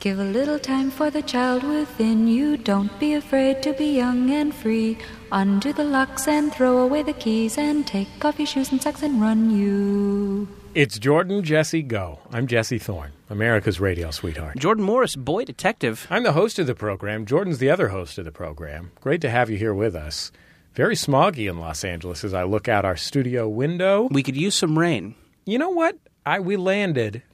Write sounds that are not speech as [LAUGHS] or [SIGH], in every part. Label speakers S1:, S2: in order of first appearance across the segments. S1: Give a little time for the child within you. Don't be afraid to be young and free. Undo the locks and throw away the keys and take off your shoes and socks and run you.
S2: It's Jordan Jesse Go. I'm Jesse Thorne, America's radio sweetheart.
S3: Jordan Morris, boy detective.
S2: I'm the host of the program. Jordan's the other host of the program. Great to have you here with us. Very smoggy in Los Angeles as I look out our studio window.
S3: We could use some rain.
S2: You know what? I we landed.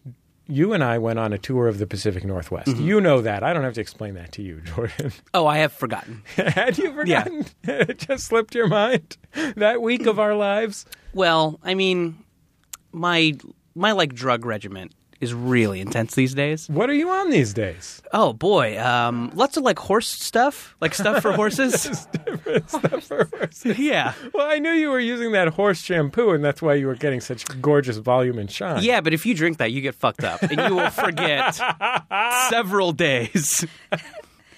S2: You and I went on a tour of the Pacific Northwest. You know that. I don't have to explain that to you, Jordan. [LAUGHS]
S3: Oh, I have forgotten.
S2: Had you forgotten? [LAUGHS] it just slipped your mind [LAUGHS] that week of our lives.
S3: Well, I mean, my my like drug regimen is really intense these days.
S2: What are you on these days?
S3: Oh boy, um, lots of like horse stuff, like stuff for horses. [LAUGHS] yeah,
S2: Well, I knew you were using that horse shampoo, and that's why you were getting such gorgeous volume and shine.
S3: [LAUGHS] yeah, but if you drink that, you get fucked up, and you will forget several days.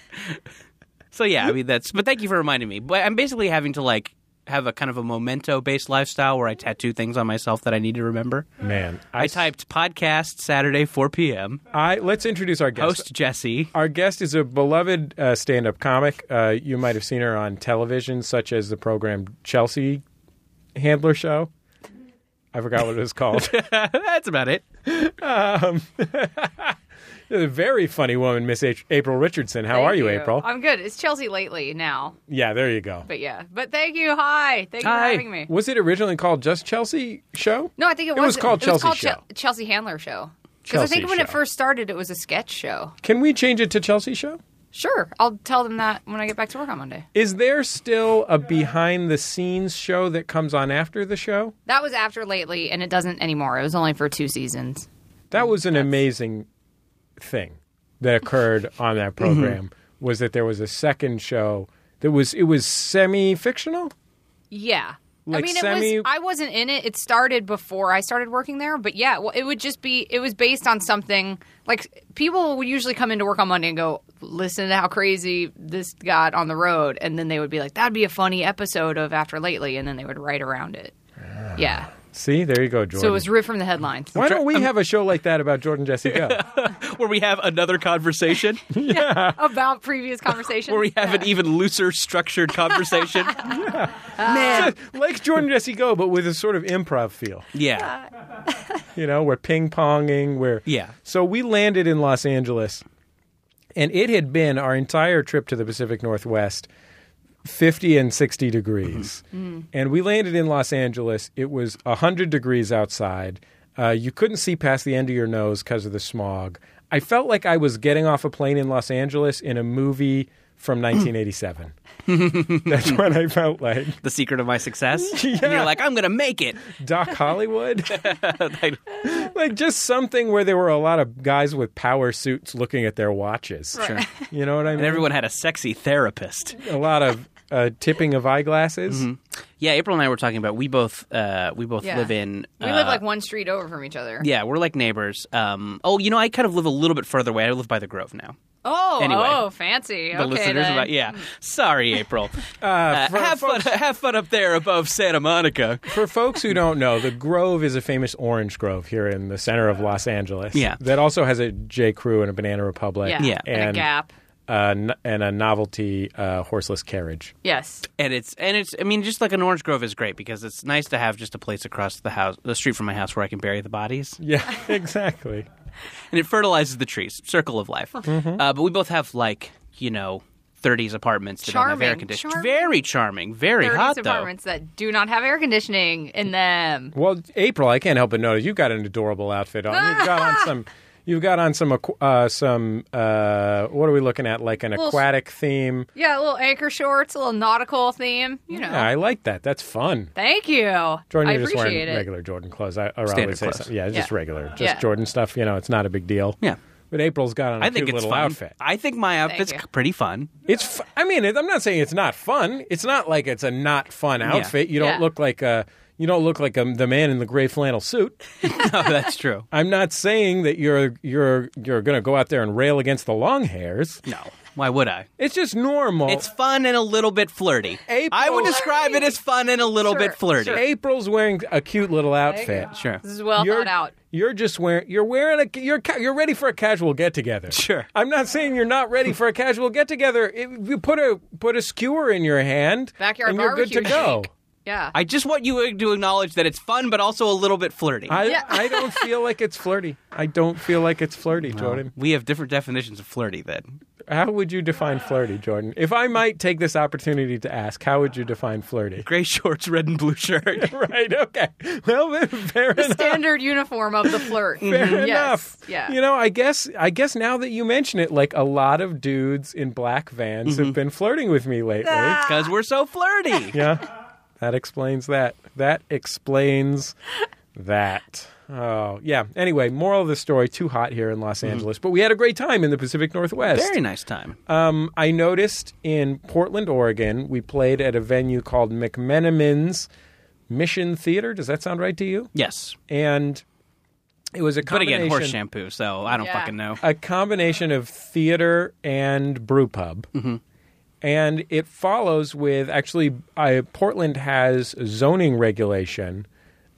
S3: [LAUGHS] so yeah, I mean that's. But thank you for reminding me. But I'm basically having to like have a kind of a memento based lifestyle where I tattoo things on myself that I need to remember.
S2: man.
S3: I typed podcast Saturday 4 p.m.
S2: I let's introduce our guest.
S3: Host Jesse.
S2: Our guest is a beloved uh, stand-up comic. Uh, you might have seen her on television, such as the program Chelsea Handler Show. I forgot what it was
S4: [LAUGHS]
S2: called.
S3: That's about it.
S2: a very funny woman, Miss H- April Richardson. How
S4: Thank
S2: are you, April?
S4: I'm good. It's Chelsea lately now,
S2: yeah, there you go.
S4: but yeah. But thank you. Hi. Thank you
S3: Hi.
S4: for having me.
S2: Was it originally called just Chelsea Show?
S4: No, I think it,
S2: was called
S4: it was
S2: Chelsea
S4: called
S2: Show.
S4: Chel- Chelsea Handler Show. Because I
S2: Chelsea
S4: think when it
S2: Show.
S4: first started, it was a sketch show.
S2: Can we change it to Chelsea Show?
S4: Sure, I'll tell them that when I get back to work on Monday.
S2: Is there still a behind the scenes show that comes on after the show?
S4: That was after lately, and it doesn't anymore. It was only for two seasons.
S2: That was an amazing thing that occurred on that program was that there was a second show that was it was semi fictional.
S4: Yeah.
S2: Like
S4: I mean,
S2: semi-
S4: it was. I wasn't in it. It started before I started working there, but yeah, well, it would just be. It was based on something like people would usually come into work on Monday and go, "Listen to how crazy this got on the road," and then they would be like, "That'd be a funny episode of After Lately," and then they would write around it.
S3: Ah.
S4: Yeah.
S2: See, there you go, Jordan.
S4: So it was ripped from the headlines.
S2: Why don't we have a show like that about Jordan Jesse Go?
S3: Where we have another conversation,
S4: [LAUGHS]
S3: [LAUGHS]
S4: about previous conversations?
S3: where we have an even looser structured conversation.
S4: Uh,
S3: Man.
S2: [LAUGHS] like Jordan Jesse Go, but with a sort of improv feel.
S3: Yeah.
S2: You know, we're ping ponging. We're
S3: Yeah.
S2: So we landed in Los Angeles, and it had been our entire trip to the Pacific Northwest, fifty and sixty degrees, and we landed in Los Angeles. It was hundred degrees outside. Uh, you couldn't see past the end of your nose because of the smog. I felt like I was getting off a plane in Los Angeles in a movie from 1987. That's what I felt like.
S3: The secret of my success. And you're like, I'm going to make it.
S2: Doc Hollywood.
S3: Like,
S2: like just something where there were a lot of guys with power suits looking at their watches.
S3: Sure.
S2: You know what I mean?
S3: And everyone had a sexy therapist.
S2: a lot of uh, tipping of eyeglasses.
S3: Mm-hmm. Yeah, April and I were talking about we both uh, we both
S4: Yeah.
S3: live in
S4: We live
S3: uh,
S4: like one street over from each other.
S3: yeah, we're like neighbors. Um, oh, you know, I kind of live a little bit further away. I live by the Grove now.
S4: Oh,
S3: Anyway.
S4: oh, fancy.
S3: the
S4: okay,
S3: listeners
S4: then.
S3: about yeah. Sorry,
S4: [LAUGHS]
S3: April. Uh,
S2: for-
S3: have fun. Have fun up there above Santa Monica.
S2: For folks who don't know, the Grove is a famous orange grove here in the center of Los Angeles.
S3: Yeah.
S2: That also has a J. Crew and a Banana Republic.
S4: Yeah.
S3: Yeah.
S4: And, a gap.
S2: uh, n- and a novelty uh, horseless carriage.
S4: Yes.
S3: And it's and it's I mean just like an orange grove is great because it's nice to have just a place across the house the street from my house where I can bury the bodies
S2: Yeah, [LAUGHS] exactly.
S3: and it fertilizes the trees circle of life. Uh, but we both have like you know 30s apartments that don't have air
S4: Charming,
S3: conditioning.
S4: charming.
S3: Very charming, very
S4: 30s
S3: hot though.
S4: apartments that do not have air conditioning in them.
S2: Well, April, I can't help but notice you've got an adorable outfit on. You've got on
S4: [LAUGHS]
S2: some. You've got on some aqu- uh, some. Uh, what are we looking at? Like an
S4: Little s-
S2: aquatic theme.
S4: Yeah, little anchor shorts, a little nautical theme. You know.
S2: Yeah, I like that. That's fun.
S4: Thank you.
S2: Jordan,
S4: I
S2: you're just wearing
S4: appreciate it.
S2: regular Jordan clothes. I, or I
S3: Standard
S2: always say
S3: clothes.
S2: something. Yeah, it's just
S4: Yeah.
S2: regular, just
S4: Yeah.
S2: Jordan stuff. You know, it's not a big deal.
S3: Yeah.
S2: But April's got on a
S3: I think
S2: cute
S3: it's
S2: little
S3: fun.
S2: outfit.
S3: I think my outfit's
S4: you.
S3: c- pretty [LAUGHS] fun.
S2: It's. F- I mean, it, I'm not saying it's not fun. It's not like it's a not fun outfit. You don't
S4: Yeah.
S2: look like a. You don't look like um the man in the gray flannel suit.
S3: no, that's true.
S2: I'm not saying that you're you're you're going to go out there and rail against the long hairs.
S3: No, why would I?
S2: It's just normal.
S3: It's fun and a little bit flirty.
S2: April-
S3: I would describe it as fun and a little
S4: Sure,
S3: bit flirty.
S2: April's wearing a cute little outfit.
S3: Sure.
S4: This is well
S2: you're,
S4: thought out.
S2: You're just wearing. You're wearing a. You're ca- you're ready for a casual get together.
S3: Sure.
S2: I'm not saying you're not ready for a casual get together. You put a put a skewer in your hand,
S4: Backyard
S2: and you're good to
S4: barbecue
S2: go.
S4: shake. Yeah.
S3: I just want you to acknowledge that it's fun, but also a little bit flirty.
S2: I
S4: Yeah.
S2: I don't feel like it's flirty. I don't feel like it's flirty, Jordan.
S3: we have different definitions of flirty then.
S2: How would you define flirty, Jordan? If I might take this opportunity to ask, how would you define flirty?
S3: Gray shorts, red and blue [LAUGHS] shirt.
S2: [LAUGHS] right. Okay. Well, then, fair
S4: the
S2: enough.
S4: [LAUGHS] standard uniform of the
S2: [LAUGHS]
S4: flirt.
S2: Fair
S4: yes.
S2: enough.
S4: Yeah.
S2: You know, I guess I guess now that you mention it, like a lot of dudes in black vans have been flirting with me lately.
S3: Because we're so flirty.
S2: [LAUGHS] Yeah. That explains that. That explains that. Oh, yeah. Anyway, moral of the story, too hot here in Los Angeles, but we had a great time in the Pacific Northwest.
S3: Very nice time.
S2: Um, I noticed in Portland, Oregon, we played at a venue called McMenamin's Mission Theater. Does that sound right to you?
S3: yes.
S2: And it was a
S3: But
S2: combination
S3: again, horse shampoo, so I don't
S4: Yeah.
S3: fucking know.
S2: a combination of theater and brew pub.
S3: Mm-hmm.
S2: And it follows with actually, I, Portland has zoning regulation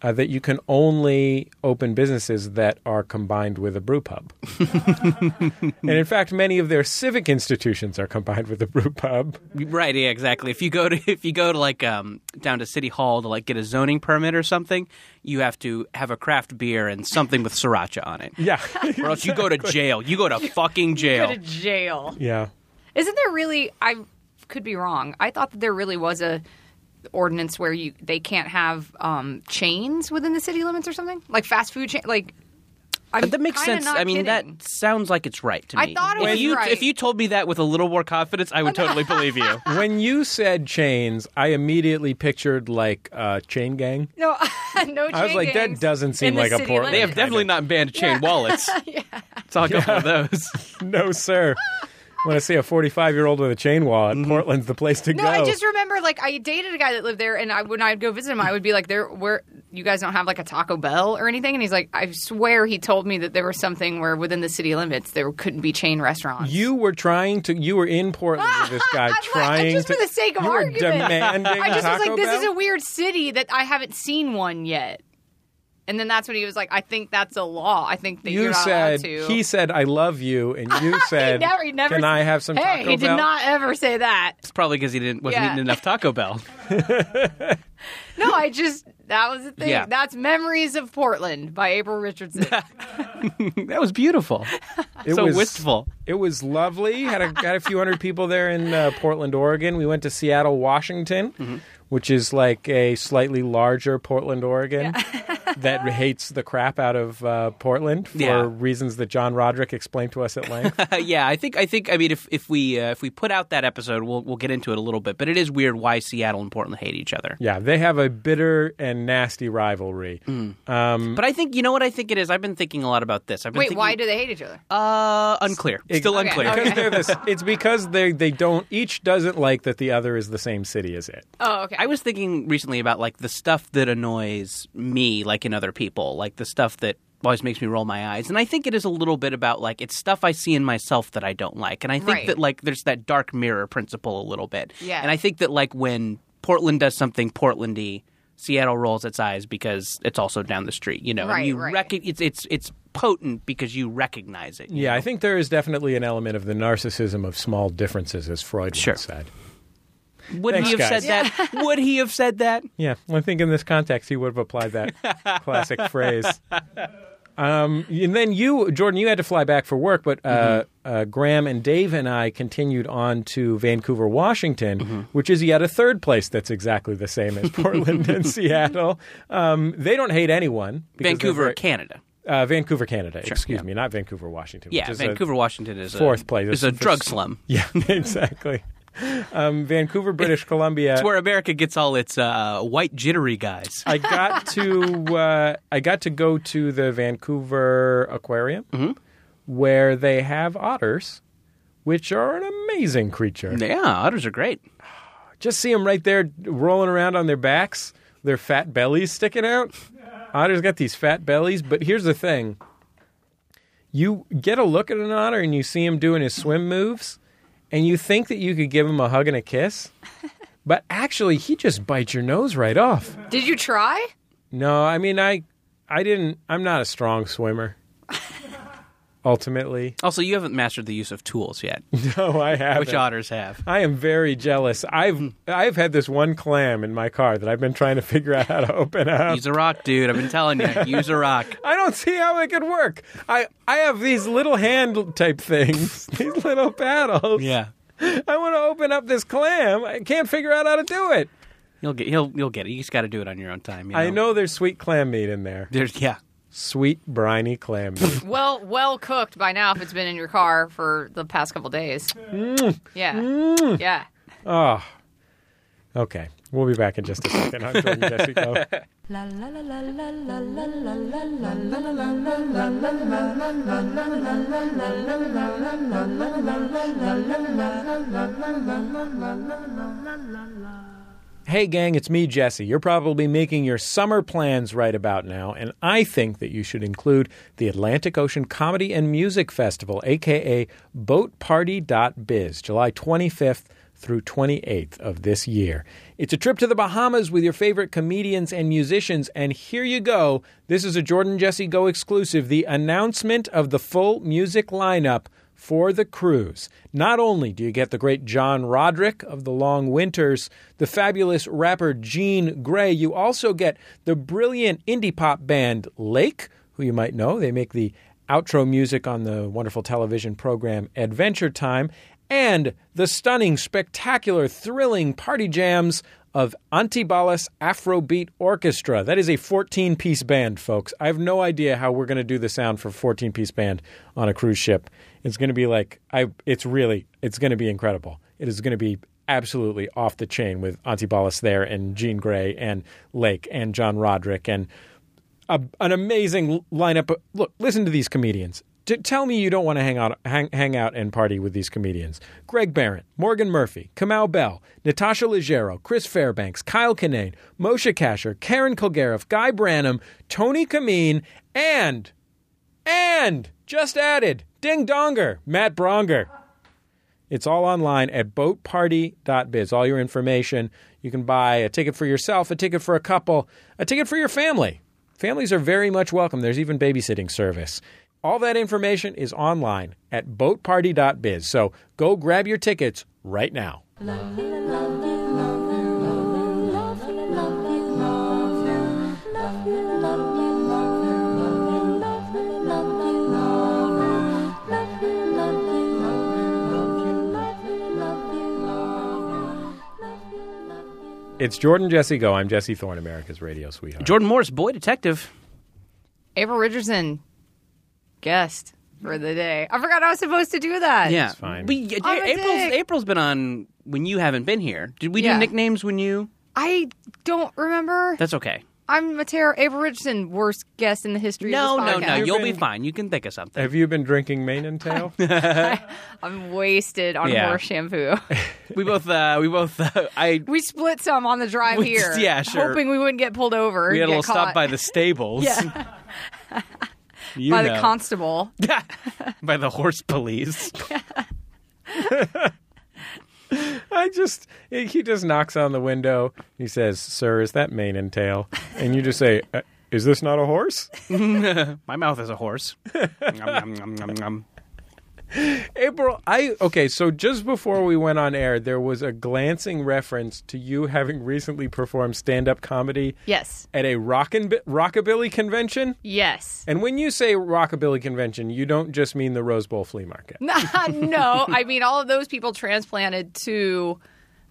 S2: uh, that you can only open businesses that are combined with a brew
S3: [LAUGHS]
S2: pub. and in fact, many of their civic institutions are combined with a brew pub.
S3: Right, yeah, exactly. If you go to [LAUGHS] if you go to like um down to City Hall to like get a zoning permit or something, you have to have a craft beer and something with sriracha on
S4: [LAUGHS]
S3: it.
S2: Yeah.
S3: Or else you go to jail. You go to fucking
S4: Go
S3: jail.
S4: to jail.
S2: [LAUGHS] yeah.
S4: Isn't there really? I could be wrong. I thought that there really was a ordinance where you they can't have um, chains within the city limits or something like fast food chain. Like, I'm
S3: But that makes
S4: kinda
S3: sense.
S4: not
S3: I mean,
S4: kidding.
S3: that sounds like it's right to me.
S4: I thought it
S3: if
S4: was
S3: you,
S4: right.
S3: If you told me that with a little more confidence,
S4: [LAUGHS]
S3: I would totally believe [LAUGHS] you.
S2: When you said chains, I immediately pictured like uh, chain gang.
S4: no, [LAUGHS] no. Chain
S2: I was like, that
S4: gangs
S2: doesn't
S4: in
S2: seem
S4: the
S2: like a
S4: city
S2: Portland-
S3: They
S4: limits.
S3: have definitely not banned chain
S4: [LAUGHS]
S3: wallets. Saw a couple of those.
S2: no, sir. When I see a 45 year old with a chain wallet,
S4: Mm-hmm.
S2: Portland's the place to
S4: No,
S2: go.
S4: I just remember like I dated a guy that lived there, and I when I'd go visit him, I would be like, "There, where you guys don't have like a Taco Bell or anything?" And he's like, "I swear, he told me that there was something where within the city limits there couldn't be chain restaurants."
S2: You were trying to. You were in Portland with this guy,
S4: [LAUGHS] I'm like-
S2: trying
S4: just
S2: to.
S4: for the sake of
S2: you were
S4: argument.
S2: demanding
S4: I just
S2: Taco
S4: was like, "This
S2: Bell?
S4: is a weird city that I haven't seen one yet." And then that's when he was like, "I think that's a law. I think that
S2: You
S4: are not
S2: said
S4: allowed to."
S2: he said I love you,
S4: [LAUGHS]
S2: and you
S4: He
S2: said,
S4: never, he never
S2: "Can
S4: s-
S2: I have some
S4: Hey,
S2: Taco Bell?"
S4: he did not ever say that.
S3: It's probably because he didn't wasn't
S4: Yeah.
S3: eating enough Taco Bell.
S4: No, I just that was the thing.
S3: Yeah.
S4: That's Memories of Portland by April
S3: [LAUGHS]
S4: Richardson.
S3: [LAUGHS] that was beautiful.
S2: It
S3: so
S2: was,
S3: wistful.
S2: It was lovely. Had a, had a few hundred people there in uh, Portland, Oregon. We went to Seattle, Washington,
S3: Mm-hmm.
S2: which is like a slightly larger Portland, Oregon, [LAUGHS] that hates the crap out of uh, Portland for
S3: Yeah.
S2: reasons that John Roderick explained to us at length.
S3: [LAUGHS] Uh, yeah, I think I think I mean if if we uh, if we put out that episode, we'll we'll get into it a little bit. But it is weird why Seattle and Portland hate each other.
S2: Yeah, they have a bitter and nasty rivalry.
S3: Mm.
S2: Um,
S3: But I think you know what I think it is. I've been thinking a lot about this. I've been
S4: Wait,
S3: thinking,
S4: why do they hate each other?
S3: uh unclear? Still
S4: Okay,
S3: unclear.
S4: okay.
S2: because they're
S3: [LAUGHS]
S2: this, it's because they they don't each doesn't like that the other is the same city as it.
S4: Oh, okay.
S3: I was thinking recently about like the stuff that annoys me, like in other people, like the stuff that always makes me roll my eyes. And I think it is a little bit about like it's stuff I see in myself that I don't like. And I think
S4: Right.
S3: that like there's that dark mirror principle a little bit.
S4: Yeah.
S3: And I think that like when Portland does something Portlandy, Seattle rolls its eyes because it's also down the street. You know, and
S4: Right,
S3: you
S4: right.
S3: recog- it's it's it's potent because you recognize it.
S2: Yeah, I think there is definitely an element of the narcissism of small differences, as Freud
S3: Sure.
S2: once said.
S3: Would
S2: Thanks,
S3: he have
S2: guys.
S3: said that?
S4: [LAUGHS]
S3: Would he have said that?
S2: Yeah, well, I think in this context he would have applied
S3: [LAUGHS]
S2: that classic phrase. Um, and then you, Jordan, you had to fly back for work, but uh,
S3: Mm-hmm.
S2: uh, Graham and Dave and I continued on to Vancouver, Washington,
S3: Mm-hmm.
S2: which is yet a third place that's exactly the same as Portland
S3: [LAUGHS]
S2: and Seattle. Um, they don't hate anyone. because they're
S3: Vancouver,
S2: very-
S3: Canada.
S2: uh, Vancouver, Canada. excuse me, not Vancouver, Washington.
S3: Yeah,
S2: which is a-
S3: Vancouver, Washington is a,
S2: fourth place.
S3: Is a
S2: It's-
S3: drug slum.
S2: [LAUGHS] yeah, exactly. Um, Vancouver, British Columbia.
S3: It's where America gets all its uh, white jittery guys.
S2: I got to uh, I got to go to the Vancouver Aquarium where they have otters, which are an amazing creature.
S3: Yeah, otters are great.
S2: Just see them right there rolling around on their backs. their fat bellies sticking out. Otter's got these fat bellies, but here's the thing. You get a look at an otter and you see him doing his swim moves, and you think that you could give him a hug and a kiss, but actually he just bites your nose right off.
S4: Did you try?
S2: No, I mean I I didn't I'm not a strong
S3: [LAUGHS]
S2: swimmer. Ultimately. [LAUGHS]
S3: Also, you haven't mastered the use of tools yet,
S2: No, I haven't.
S3: which Hmm. otters have.
S2: I am very jealous. I've I've had this one clam in my car that I've been trying to figure out how to open up.
S3: Use a rock, dude. I've been
S2: [LAUGHS]
S3: telling you, use a rock.
S2: I don't see how it could work. I I have these little hand type things, [LAUGHS] these little paddles.
S3: Yeah,
S2: I want to open up this clam. I can't figure out how to do it.
S3: you'll get, he'll, you'll get it. You just got to do it on your own time. You know?
S2: I know there's sweet clam meat in there.
S3: There's yeah.
S2: Sweet briny clam
S3: [LAUGHS]
S2: meat.
S4: Well, well cooked by now if it's been in your car for the past couple days.
S3: Mm.
S4: Yeah. Yeah.
S2: oh. Okay. We'll be back in just a second. I'm Jordan Jesse
S3: [LAUGHS]
S2: Go.
S1: La la la la la la la la la
S2: Hey, gang, it's me, Jesse. You're probably making your summer plans right about now, and I think that you should include the Atlantic Ocean Comedy and Music Festival, aka BoatParty.biz, July 25th through 28th of this year. It's a trip to the Bahamas with your favorite comedians and musicians, and here you go. This is a Jordan Jesse Go exclusive the announcement of the full music lineup for the cruise. Not only do you get the great John Roderick of The Long Winters, the fabulous rapper Gene Gray, you also get the brilliant indie pop band Lake, who you might know. They make the outro music on the wonderful television program Adventure Time, and the stunning, spectacular, thrilling party jams of Antibalas Afrobeat Orchestra. That is a 14 piece band, folks. I have no idea how we're going to do the sound for a 14 piece band on a cruise ship. It's going to be like, I, it's really, it's going to be incredible. It is going to be absolutely off the chain with Antibalas there and Gene Gray and Lake and John Roderick and a, an amazing l- lineup. of- Look, listen to these comedians. D- tell me you don't want to hang out, hang, hang out and party with these comedians: Greg Barrett, Morgan Murphy, Kamau Bell, Natasha Leggero, Chris Fairbanks, Kyle Kinane, Moshe Kasher, Karen Kilgariff, Guy Branum, Tony Kameen, and and just added Ding Donger, Matt Bronger. It's all online at boatparty.biz. All your information. You can buy a ticket for yourself, a ticket for a couple, a ticket for your family. Families are very much welcome. There's even babysitting service. All that information is online at boatparty.biz. So go grab your tickets right now. It's Jordan Jesse Go. I'm Jesse Thorne, America's radio sweetheart.
S3: Jordan Morris, boy detective.
S4: April Richardson guest for the day. I forgot I was supposed to do that.
S3: Yeah,
S2: fine.
S3: We,
S4: I'm a
S3: April's
S4: dick.
S3: April's been on when you haven't been here. Did we
S4: Yeah.
S3: do nicknames when you?
S4: I don't remember.
S3: That's okay.
S4: I'm Matera April Richardson, worst guest in the history
S3: No,
S4: of this
S3: no,
S4: podcast.
S3: no.
S2: You've
S3: You'll be
S2: been-
S3: fine. You can think of something.
S2: Have you been drinking mane and tail?
S4: I'm wasted on
S3: Yeah.
S4: horse shampoo. [LAUGHS]
S3: We both. Uh, we both. Uh, [LAUGHS] I.
S4: we split some on the
S3: [LAUGHS]
S4: drive
S3: We-
S4: here.
S3: yeah, sure.
S4: Hoping we wouldn't get pulled over.
S3: We had a
S4: and get
S3: little stop
S4: caught
S3: by the stables.
S4: Yeah.
S3: [LAUGHS] You
S4: by the
S3: know.
S4: constable.
S3: [LAUGHS]
S4: [LAUGHS]
S3: by the horse police.
S2: I just he just knocks on the window. He says, "Sir, is that mane and tail?" And you just say, uh, "Is this not a horse?"
S3: My mouth is a [LAUGHS] horse. Nom, nom, nom, nom.
S2: April, I okay. So just before we went on air, there was a glancing reference to you having recently performed stand-up comedy
S4: Yes.
S2: at a rockin' rockabilly convention.
S4: Yes.
S2: And when you say rockabilly convention, you don't just mean the Rose Bowl flea market.
S4: [LAUGHS] no, I mean all of those people transplanted to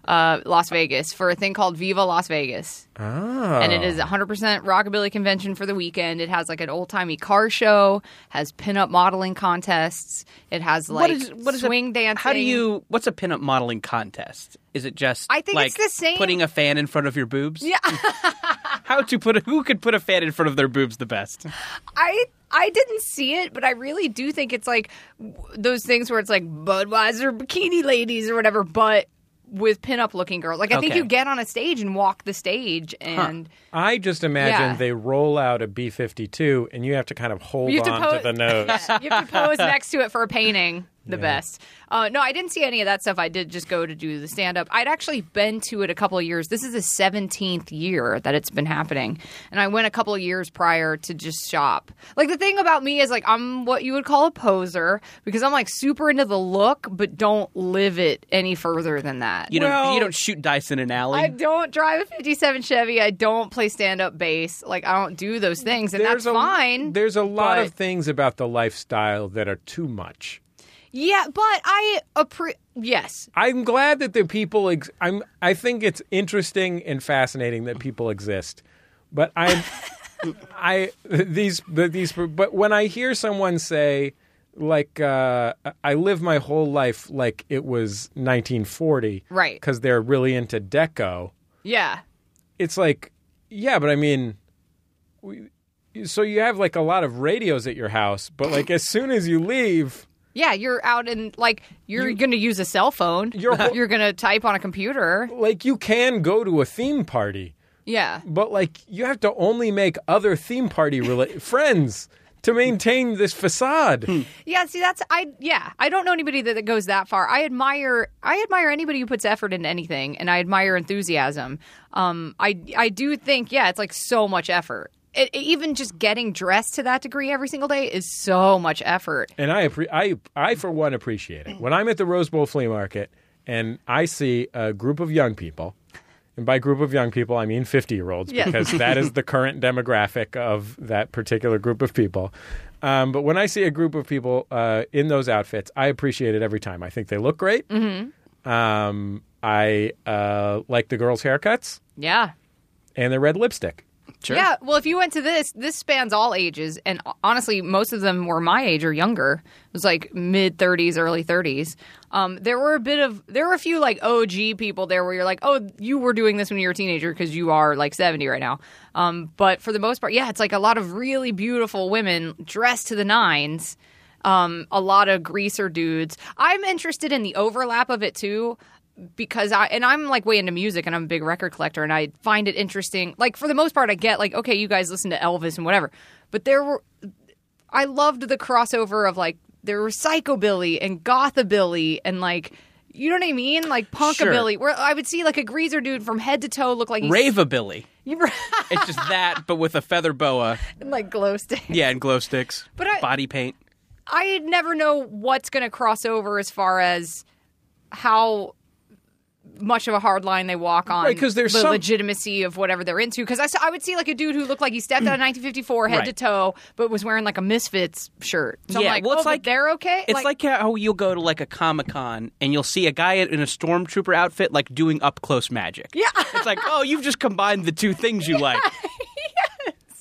S4: uh, Las Vegas for a thing called Viva Las Vegas,
S3: Oh.
S2: Ah,
S4: and it is 100% rockabilly convention for the weekend. It has like an old timey car show, has pinup modeling contests. It has like swing
S3: a,
S4: dancing.
S3: How do you? What's a pinup modeling contest? Is it just?
S4: I think
S3: like,
S4: it's the same-
S3: Putting a fan in front of your boobs. Yeah. [LAUGHS] how to put? A, who could put a fan in front of their boobs the best?
S4: I I didn't see it, but I really do think it's like w- those things where it's like Budweiser bikini ladies or whatever, but with pinup looking girls. Like I think
S3: Okay.
S4: you get on a stage and walk the stage and
S2: I just imagine
S4: Yeah.
S2: they roll out a B 52 and you have to kind of hold
S4: You have to
S2: on
S4: pose-
S2: to the
S4: [LAUGHS]
S2: nose.
S4: you have to
S2: [LAUGHS]
S4: pose next to it for a painting. The best. Uh, no, I didn't see any of that stuff. I did just go to do the stand up. I'd actually been to it a couple of years. This is the 17th year that it's been happening. And I went a couple of years prior to just shop. Like the thing about me is like I'm what you would call a poser because I'm like super into the look, but don't live it any further than that.
S3: You don't
S2: Well-
S3: you don't shoot dice in an alley.
S4: I don't drive a 57 Chevy. I don't play stand up bass. Like, I don't do those things. And that's
S2: a,
S4: fine.
S2: There's a lot
S4: but-
S2: of things about the lifestyle that are too much.
S4: Yeah, but I appre Yes.
S2: I'm glad that the people. Ex- I'm. I think it's interesting and fascinating that people exist, but I'm. [LAUGHS] I these but these but when I hear someone say like uh, I live my whole life like it was 1940,
S4: Right.
S2: Because they're really into deco.
S4: Yeah.
S2: It's like, yeah, but I mean, we, so you have like a lot of radios at your house, but like as soon as you leave,
S4: Yeah, you're out and like you're going to use a cell phone. [LAUGHS]
S2: Your whole-
S4: you're going to type on a computer.
S2: like you can go to a theme party.
S4: Yeah.
S2: but like you have to only make other theme party rela- [LAUGHS] friends to maintain this facade.
S4: Yeah, see that's I yeah, I don't know anybody that, that goes that far. I admire I admire anybody who puts effort into anything and I admire enthusiasm. Um I I do think yeah, it's like so much effort. It, even just getting dressed to that degree every single day is so much effort.
S2: and I, appre- I, I for one appreciate it. When I'm at the Rose Bowl flea market and I see a group of young people, and by group of young people I mean 50 year olds
S4: Yes.
S2: because that is the current demographic of that particular group of people. Um, but when I see a group of people uh, in those outfits, I appreciate it every time. I think they look great. Um, I uh, like the girls' haircuts
S4: Yeah.
S2: and their red lipstick.
S3: Sure.
S4: Yeah, well, if you went to this, this spans all ages, and honestly, most of them were my age or younger. It was like mid thirties, early thirties. Um, there were a bit of there were a few like OG people there where you're like, oh, you were doing this when you were a teenager because you are like seventy right now. Um, but for the most part, yeah, it's like a lot of really beautiful women dressed to the nines. Um, a lot of greaser dudes. I'm interested in the overlap of it too because I and I'm like way into music and I'm a big record collector and I find it interesting. Like for the most part, I get like okay, you guys listen to Elvis and whatever, but there were I loved the crossover of like there were psychobilly and gothabilly and like you know what I mean, like punkabilly. Where I would see like a greaser dude from head to toe look like he's
S3: Raveabilly.
S4: [LAUGHS] and,
S3: It's just that, but with a feather boa.
S4: [LAUGHS] like glow stick.
S3: Yeah, and glow sticks.
S4: But I-
S3: body paint.
S4: I never know what's going to cross over as far as how much of a hard line they walk on
S2: Right, 'cause there's
S4: the
S2: some-
S4: legitimacy of whatever they're into because I, saw- I would see like a dude who looked like he stepped out of 1954 head to
S3: Mm. Right.
S4: toe but was wearing like a misfits shirt so
S3: Yeah,
S4: i'm like
S3: well, it's
S4: oh, but
S3: like-
S4: they're okay
S3: It's like, how you'll go to like a comic con and you'll see a guy in a stormtrooper outfit like doing up close magic. Yeah, it's like oh, you've just combined the two things you
S4: [LAUGHS]
S3: like.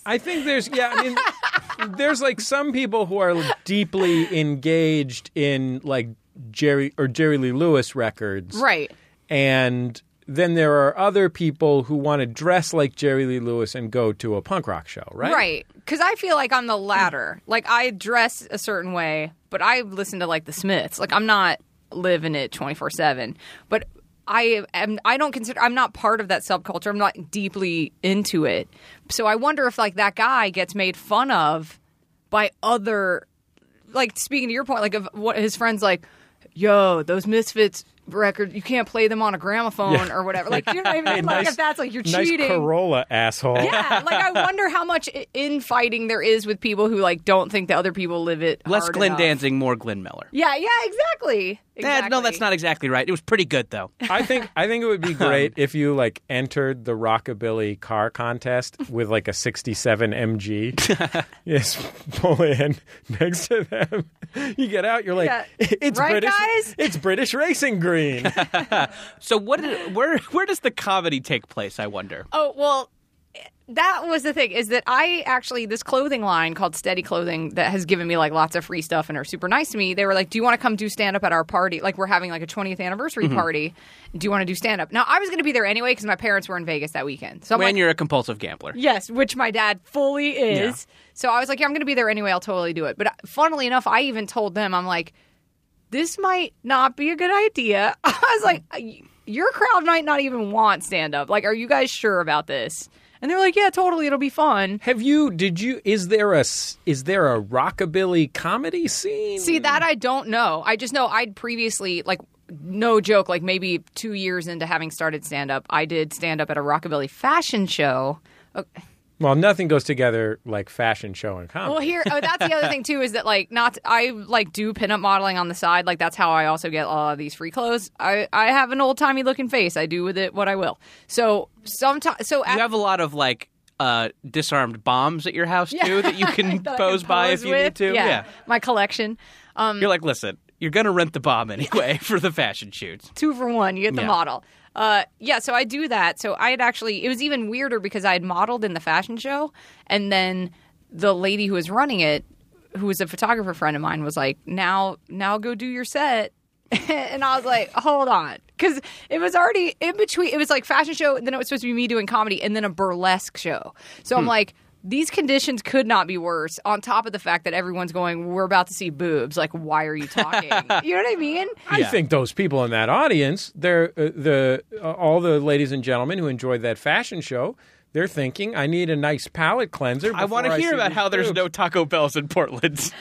S2: I think there's yeah, I mean there's like some people who are deeply engaged in like Jerry or Jerry Lee Lewis records.
S4: right
S2: And then there are other people who want to dress like Jerry Lee Lewis and go to a punk rock show, right?
S4: right because i feel like i'm the latter like i dress a certain way but i listen to like the smiths like i'm not living it 24-7 but i am i don't consider i'm not part of that subculture i'm not deeply into it so i wonder if like that guy gets made fun of by other like speaking to your point like of what his friends like yo those misfits record you can't play them on a gramophone or whatever like you know
S2: [LAUGHS]
S4: what i mean like
S2: nice-
S4: if that's like you're
S2: Nice
S4: cheating
S2: Corolla asshole.
S4: yeah, like
S3: [LAUGHS]
S4: I wonder how much i- infighting there is with people who like don't think that other people live it.
S3: Less
S4: hard
S3: Glenn
S4: enough.
S3: Danzig, more Glenn Miller.
S4: Yeah, yeah, exactly.
S3: Eh,
S4: exactly.
S3: no, that's not exactly right. It was pretty good though.
S2: I think I think it [LAUGHS] would be great if you like entered the rockabilly car contest with like a 67 [LAUGHS] MG. yes, pull in next to them. You get out, you're like,
S4: Yeah.
S2: it's
S4: Right,
S2: British,
S4: guys?
S2: it's British racing green.
S3: So what?
S4: [LAUGHS]
S3: Did, where where does the comedy take place? I wonder.
S4: Oh well, that was the thing is that I actually this clothing line called Steady Clothing that has given me like lots of free stuff and are super nice to me. They were like, "Do you want to come do stand up at our party? Like we're having like a 20th anniversary
S3: Mm-hmm.
S4: party. Do you want to do stand up?" Now I was going to be there anyway because my parents were in Vegas that weekend. So I'm
S3: when
S4: like,
S3: you're a compulsive gambler.
S4: Yes, which my dad fully is. So I was like, yeah, I'm going to be there anyway. I'll totally do it. But uh, funnily enough, I [LAUGHS] even told them, I'm like, this might not be a good idea. I was like, I- your crowd might not even want stand up. Like, are you guys sure about this? And they're like, yeah, totally. It'll be fun.
S2: [LAUGHS] Have you? Did you? Is there a s- is there a rockabilly comedy scene?
S4: See, that I don't know. I just know I'd previously, like, no joke, like maybe two years into having started stand up, I did stand up at a rockabilly fashion show. Uh,
S2: well, nothing goes together like fashion show and comedy.
S4: Well, here, oh, that's the other thing too is that like not I like do pinup modeling on the side. Like that's how I also get all of these free clothes. I I have an old timey looking face. I do with it what I will. So sometimes, so at,
S3: You have a lot of like uh, disarmed bombs at your house too that you can
S4: that [LAUGHS] I
S3: pose,
S4: can
S3: by if
S4: pose
S3: you
S4: with.
S3: need to.
S4: Yeah, my collection. Um,
S3: You're like, listen, you're gonna rent the bomb anyway [LAUGHS] for the fashion shoots.
S4: two for one. You get the
S3: Yeah.
S4: model. Uh, yeah, so I do that. So I had actually, it was even weirder because I had modeled in the fashion show, and then the lady who was running it, who was a photographer friend of mine, was like, "Now, now go do your set." [LAUGHS] and I was like, "Hold on," because it was already in between. It was like fashion show, and then it was supposed to be me doing comedy, and then a burlesque show. So
S3: Hmm.
S4: I'm like. These conditions could not be worse. On top of the fact that everyone's going, we're about to see boobs. Like, why are
S3: [LAUGHS]
S4: you talking? you know what I mean?
S2: I think those people in that audience, they're uh, the uh, all the ladies and gentlemen who enjoyed that fashion show. They're thinking, I need a nice palate cleanser.
S3: I want
S2: before
S3: to hear
S2: see
S3: about
S2: these
S3: how there's
S2: boobs."
S3: no Taco Bells in
S4: [LAUGHS]
S3: Portland [LAUGHS]
S4: Well, that's the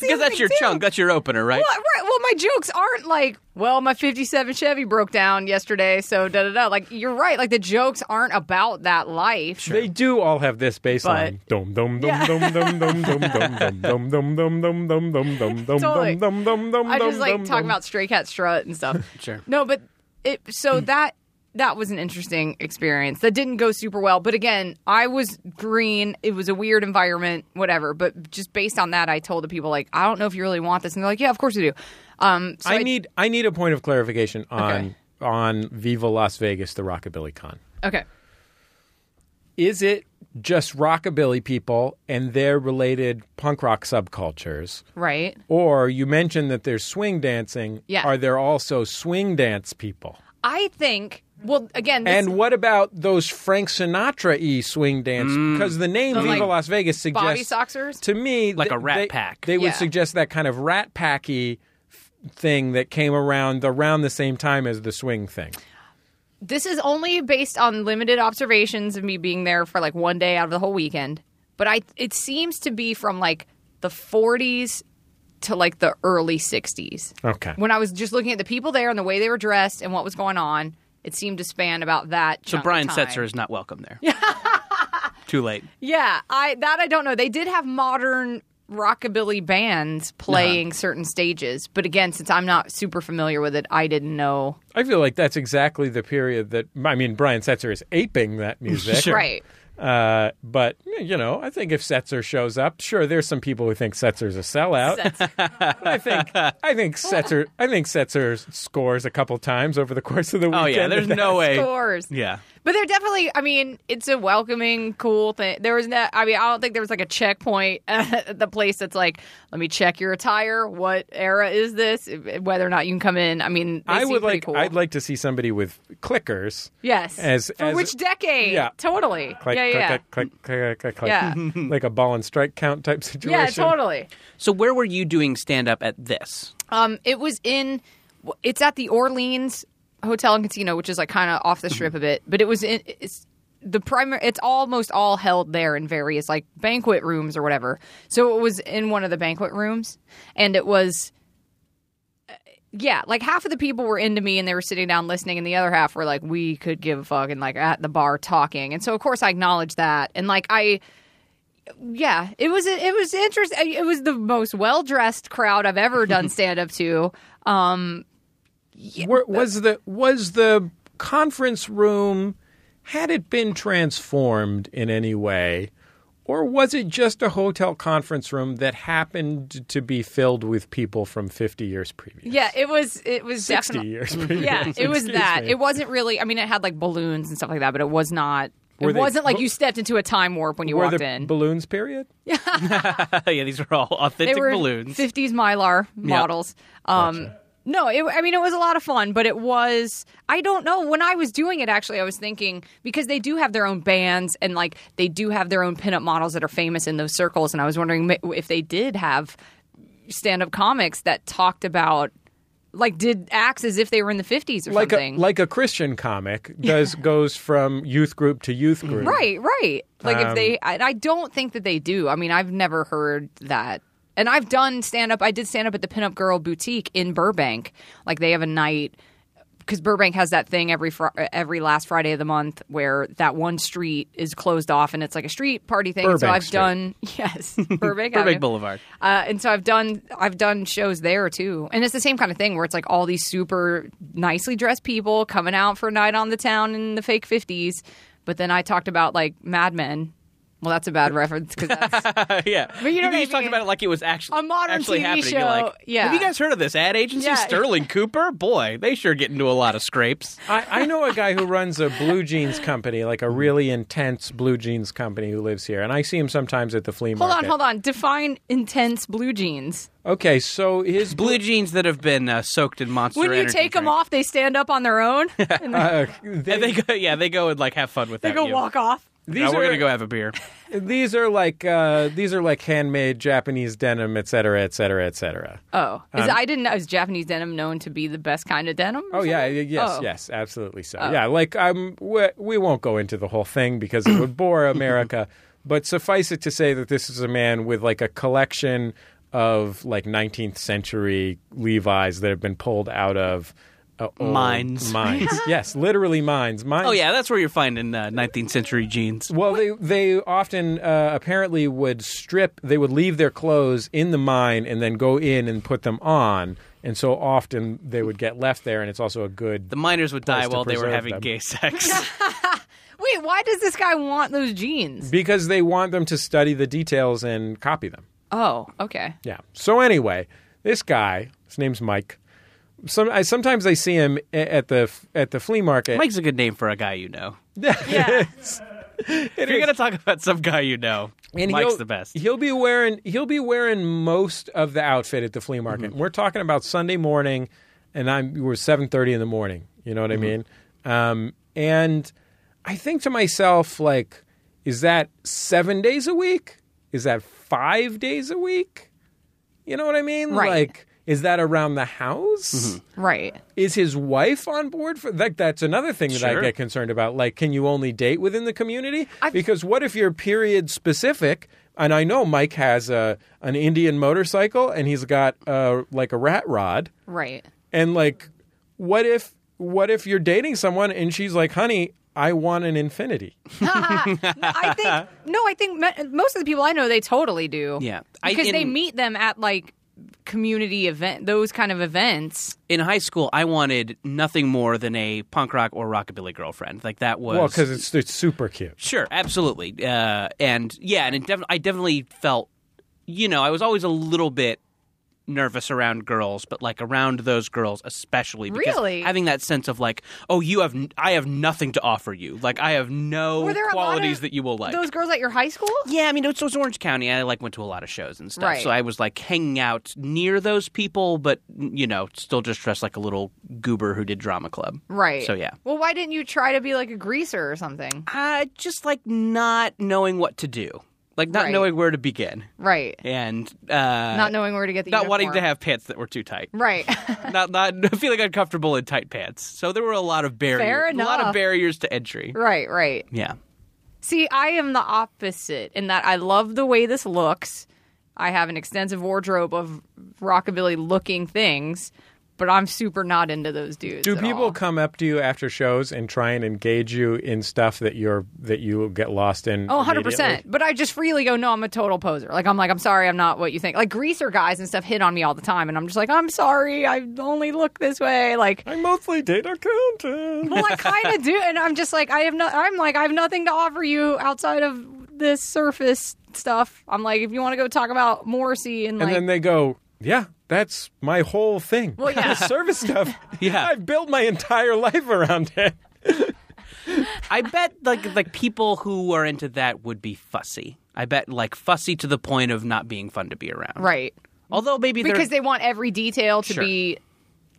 S3: because
S4: other
S3: that's
S4: thing,
S3: your
S4: too.
S3: chunk, that's your opener, right?
S4: Well, right. Well, my jokes aren't like, well, my 57 Chevy broke down yesterday, so da da da. Like, you're right. Like, the jokes aren't about that life.
S2: They do all have this baseline. Dum dum dum dum dum dum dum dum dum dum dum dum dum dum dum dum
S4: Totally.
S2: dum dum dum dum.
S4: I just like
S2: dum,
S4: talking
S2: dum.
S4: about Stray Cat Strut and
S2: [LAUGHS]
S4: stuff.
S3: Sure.
S4: No, but it, so
S2: Mm.
S4: that that was an interesting experience that didn't go super well. But again, I was green. It was a weird environment, whatever. But just based on that, I told the people like, I don't know if you really want this, and they're like, Yeah, of course you do. Um, so
S2: I need I need a point of clarification on
S4: Okay.
S2: on Viva Las Vegas, the Rockabilly Con.
S4: okay.
S2: Is it just rockabilly people and their related punk rock subcultures?
S4: Right.
S2: Or you mentioned that there's swing dancing.
S4: Yeah.
S2: Are there also swing dance people?
S4: I think. Well, again, this,
S2: And what about those Frank Sinatra e swing dance?
S3: Mm.
S2: Because the name
S4: The,
S2: Viva
S4: like,
S2: Las Vegas suggests
S4: body soxers?
S2: to me
S3: Like a Rat
S2: they-
S3: Pack.
S2: They
S4: Yeah.
S2: would suggest that kind of rat packy f- thing that came around around the same time as the swing thing.
S4: this is only based on limited observations of me being there for like one day out of the whole weekend but i it seems to be from like the 40s to like the early 60s
S2: Okay.
S4: when i was just looking at the people there and the way they were dressed and what was going on it seemed to span about that
S3: So
S4: chunk of
S3: Brian
S4: time.
S3: Setzer is not welcome there. [LAUGHS] Too late.
S4: yeah i that i don't know they did have modern rockabilly bands playing
S3: Uh-huh.
S4: certain stages but again since i'm not super familiar with it i didn't know
S2: I feel like that's exactly the period that I mean Brian Setzer is aping that
S4: [LAUGHS]
S2: music.
S3: Sure.
S4: right
S3: [LAUGHS]
S2: Uh, but you know, I think if Setzer shows up, sure, there's some people who think Setzer's a sellout. But I think I think Setzer I think Setzer scores a couple times over the course of the weekend.
S3: Oh yeah, there's
S2: That-
S3: no way.
S4: scores
S3: Yeah.
S4: But they're definitely. I mean, it's a welcoming, cool thing. There was no. I mean, I don't think there was like a checkpoint [LAUGHS] at the place that's like, let me check your attire. What era is this? Whether or not you can come in. I mean, they
S2: [LAUGHS] I
S4: seem
S2: would
S4: pretty
S2: like
S4: Cool.
S2: I'd like to see somebody with clickers.
S4: Yes.
S2: as-
S4: for
S2: as-
S4: which decade?
S2: yeah.
S4: Totally.
S2: Click,
S4: yeah. Yeah.
S2: click, click, click, click, click, click.
S4: Yeah.
S2: [LAUGHS] like a ball and strike count type situation.
S4: yeah. Totally.
S3: So where were you doing stand up at this?
S4: Um, it was in. It's at the Orleans Hotel and Casino, which is like kind of off the strip a bit, but it was in. It's the primary. It's almost all held there in various like banquet rooms or whatever. So it was in one of the banquet rooms, and it was. uh, Yeah, like half of the people were into me and they were sitting down listening, and the other half were like, "We could give a fuck," and like at the bar talking. And so, of course, I acknowledged that, and like I, yeah, it was it was interesting. It was the most well dressed crowd I've ever done stand up to. Um,
S2: Were, was the was the conference room had it been transformed in any way, or was it just a hotel conference room that happened to be filled with people from fifty years previous,
S4: yeah, it was it was
S2: sixty
S4: definitely Mm-hmm.
S2: years previous? [LAUGHS]
S4: yeah, it was
S2: Excuse
S4: that.
S2: me.
S4: It wasn't really. I mean, it had like balloons and stuff like that, but it was not.
S2: Were
S4: it
S2: they-
S4: wasn't like you stepped into a time warp when you
S2: Were
S4: walked
S2: the
S4: in.
S2: balloons period?
S3: [LAUGHS] yeah, these were all
S4: they
S3: authentic
S4: were
S3: balloons.
S4: 50s Mylar models. Um, No, it, I mean, it was a lot of fun, but it was, I don't know. When I was doing it, actually, I was thinking because they do have their own bands and like they do have their own pinup models that are famous in those circles. And I was wondering ma- if they did have stand up comics that talked about like did acts as if they were in the 50s or
S2: like a,
S4: something.
S2: like a Christian comic does goes from youth group to youth group.
S4: right, right. Like if they I, I don't think that they do. I mean, I've never heard that. And I've done stand up. I did stand up at the Pinup Girl Boutique in Burbank. Like they have a night because Burbank has that thing every fr- every last Friday of the month where that one street is closed off and it's like a street party thing. so
S2: Burbank
S4: I've
S2: Street.
S4: done [LAUGHS] yes, Burbank Avenue.
S3: Burbank Boulevard.
S4: Uh, and so I've done I've done shows there too, and it's the same kind of thing where it's like all these super nicely dressed people coming out for a night on the town in the fake fifties, but then I talked about like Mad Men. Well, that's a bad reference because
S2: [LAUGHS]
S4: that's
S3: yeah. But
S4: you know what I
S3: just talked
S4: mean.
S3: about it like it was actually
S4: A modern
S3: actually
S4: TV
S3: happening. You're
S4: show,
S3: like,
S4: yeah.
S3: Have you guys heard of this ad agency,
S4: Yeah. [LAUGHS]
S3: Sterling Cooper? Boy, they sure get into a lot of scrapes.
S2: I, I know a guy who runs a
S4: [LAUGHS]
S2: blue jeans company, like a
S4: Mm-hmm.
S2: really intense blue jeans company who lives here, and I see him sometimes at the flea
S4: hold
S2: market.
S4: on, hold on. Define intense blue jeans.
S2: Okay, so
S4: [LAUGHS]
S2: his
S3: Blue jeans that have been uh, soaked in monster.
S4: When you
S3: Energy
S4: take them
S3: drink.
S4: off, they stand up on
S2: [LAUGHS]
S4: their own. and
S2: uh,
S3: and
S2: they,
S3: [LAUGHS] they go, yeah, they go and like have fun with
S4: they
S3: that.
S4: go
S3: you.
S4: walk off.
S3: Now
S2: These
S3: we're
S2: are-
S3: gonna go have a beer.
S2: these are like uh, these are like handmade Japanese denim, et cetera, et cetera, et cetera.
S4: Oh, is, I didn't know. Is Japanese denim known to be the best kind of denim?
S2: Um,
S4: or
S2: Oh yeah, y-
S4: something?
S2: yes,
S4: Oh.
S2: yes, absolutely so. Yeah, like um, we, we won't go into the whole thing because it
S3: [CLEARS THROAT]
S2: would bore America. But suffice it to say that this is a man with like a collection of like 19th century Levi's that have been pulled out of uh, old
S3: Mines. [LAUGHS]
S2: Mines, yes, literally mines. Mines.
S3: Oh yeah, that's where you're finding uh, 19th century jeans.
S2: Well, they they often uh, apparently would strip. They would leave their clothes in the mine and then go in and put them on. And so often they would get left there, and it's also a good.
S3: The miners would die
S2: to
S3: while they were
S2: preserve
S3: having
S2: them. [LAUGHS]
S3: gay sex.
S4: Wait, why does this guy want those jeans?
S2: because they want them to study the details and copy them.
S4: Oh, okay.
S2: Yeah. So anyway, this guy, his name's Mike. Some I, sometimes I see him a- at the f- at the flea market. [LAUGHS]
S3: Mike's a good name for a guy you know.
S4: Yeah.
S3: If you're gonna talk about some guy you know,
S2: And
S3: Mike's
S2: he'll-
S3: the best.
S2: He'll be wearing he'll be wearing most of the outfit at the flea market.
S3: Mm-hmm.
S2: We're talking about Sunday morning, and I'm we're seven thirty in the morning. You know what
S3: Mm-hmm.
S2: I mean? Um, and I think to myself, like, is that seven days a week? Is that five days a week? You know what I mean?
S4: Right.
S2: Like, is that around the house?
S3: Mm-hmm.
S4: right.
S2: Is his wife on board for like that's another thing that I
S3: Sure.
S2: get concerned about. Like, can you only date within the community?
S4: I've-
S2: because what if you're period specific? And I know Mike has a an Indian motorcycle and he's got uh like a rat rod.
S4: Right.
S2: And like, what if what if you're dating someone and she's like, "Honey, I want an infinity."
S4: I
S3: [LAUGHS]
S4: think no. I think me- most of the people I know they totally do.
S3: Yeah. I-
S4: because they
S3: in-
S4: meet them at like community event, those kind of events.
S3: in high school, I wanted nothing more than a punk rock or rockabilly girlfriend. Like that was
S2: Well, because it's it's super cute.
S3: sure, absolutely, uh, and yeah, and it def- I definitely felt, you know, I was always a little bit nervous around girls, but like around those girls especially, because
S4: Really?
S3: having that sense of like, oh, you have, n- I have nothing to offer you. Like I have no
S4: Were there a lot of
S3: qualities that you will like.
S4: Those girls at your high school?
S3: Yeah, I mean, it's, it's Orange County. I like went to a lot of shows and stuff,
S4: Right.
S3: so I was like hanging out near those people, but you know, still just dressed like a little goober who did drama club.
S4: Right.
S3: So yeah.
S4: Well, why didn't you try to be like a greaser or something?
S3: Uh, just like not knowing what to do, like not
S4: Right.
S3: knowing where to begin,
S4: Right.
S3: and uh,
S4: not knowing where to get the
S3: not wanting to
S4: uniform.
S3: have pants that were too tight,
S4: Right.
S3: [LAUGHS]
S4: [LAUGHS]
S3: not not [LAUGHS] feeling uncomfortable in tight pants. So there were a lot of barriers,
S4: Fair
S3: a lot
S4: enough.
S3: of barriers to entry.
S4: right. Right.
S3: Yeah.
S4: See, I am the opposite in that I love the way this looks. I have an extensive wardrobe of rockabilly looking things, but I'm super not into those dudes.
S2: Do
S4: at
S2: people
S4: all.
S2: come up to you after shows and try and engage you in stuff that you're that you get lost in?
S4: Oh, 100
S2: immediately?
S4: percent. But I just freely go, no, I'm a total poser. Like I'm like, I'm sorry, I'm not what you think. Like greaser guys and stuff hit on me all the time, and I'm just like, I'm sorry, I only look this way. Like,
S2: I mostly date accountants.
S4: well, I kind of do, and I'm just like, I have no, I'm like, I have nothing to offer you outside of this surface stuff. I'm like, if you want to go talk about Morrissey and,
S2: And
S4: like,
S2: then they go, yeah, that's my whole thing.
S4: Well, yeah.
S2: [LAUGHS] The service stuff.
S4: [LAUGHS]
S3: Yeah.
S2: I've built my entire life around it.
S3: I bet like like people who are into that would be fussy. I bet like fussy to the point of not being fun to be around.
S4: right.
S3: Although maybe they're-
S4: because they want every detail to
S3: Sure.
S4: be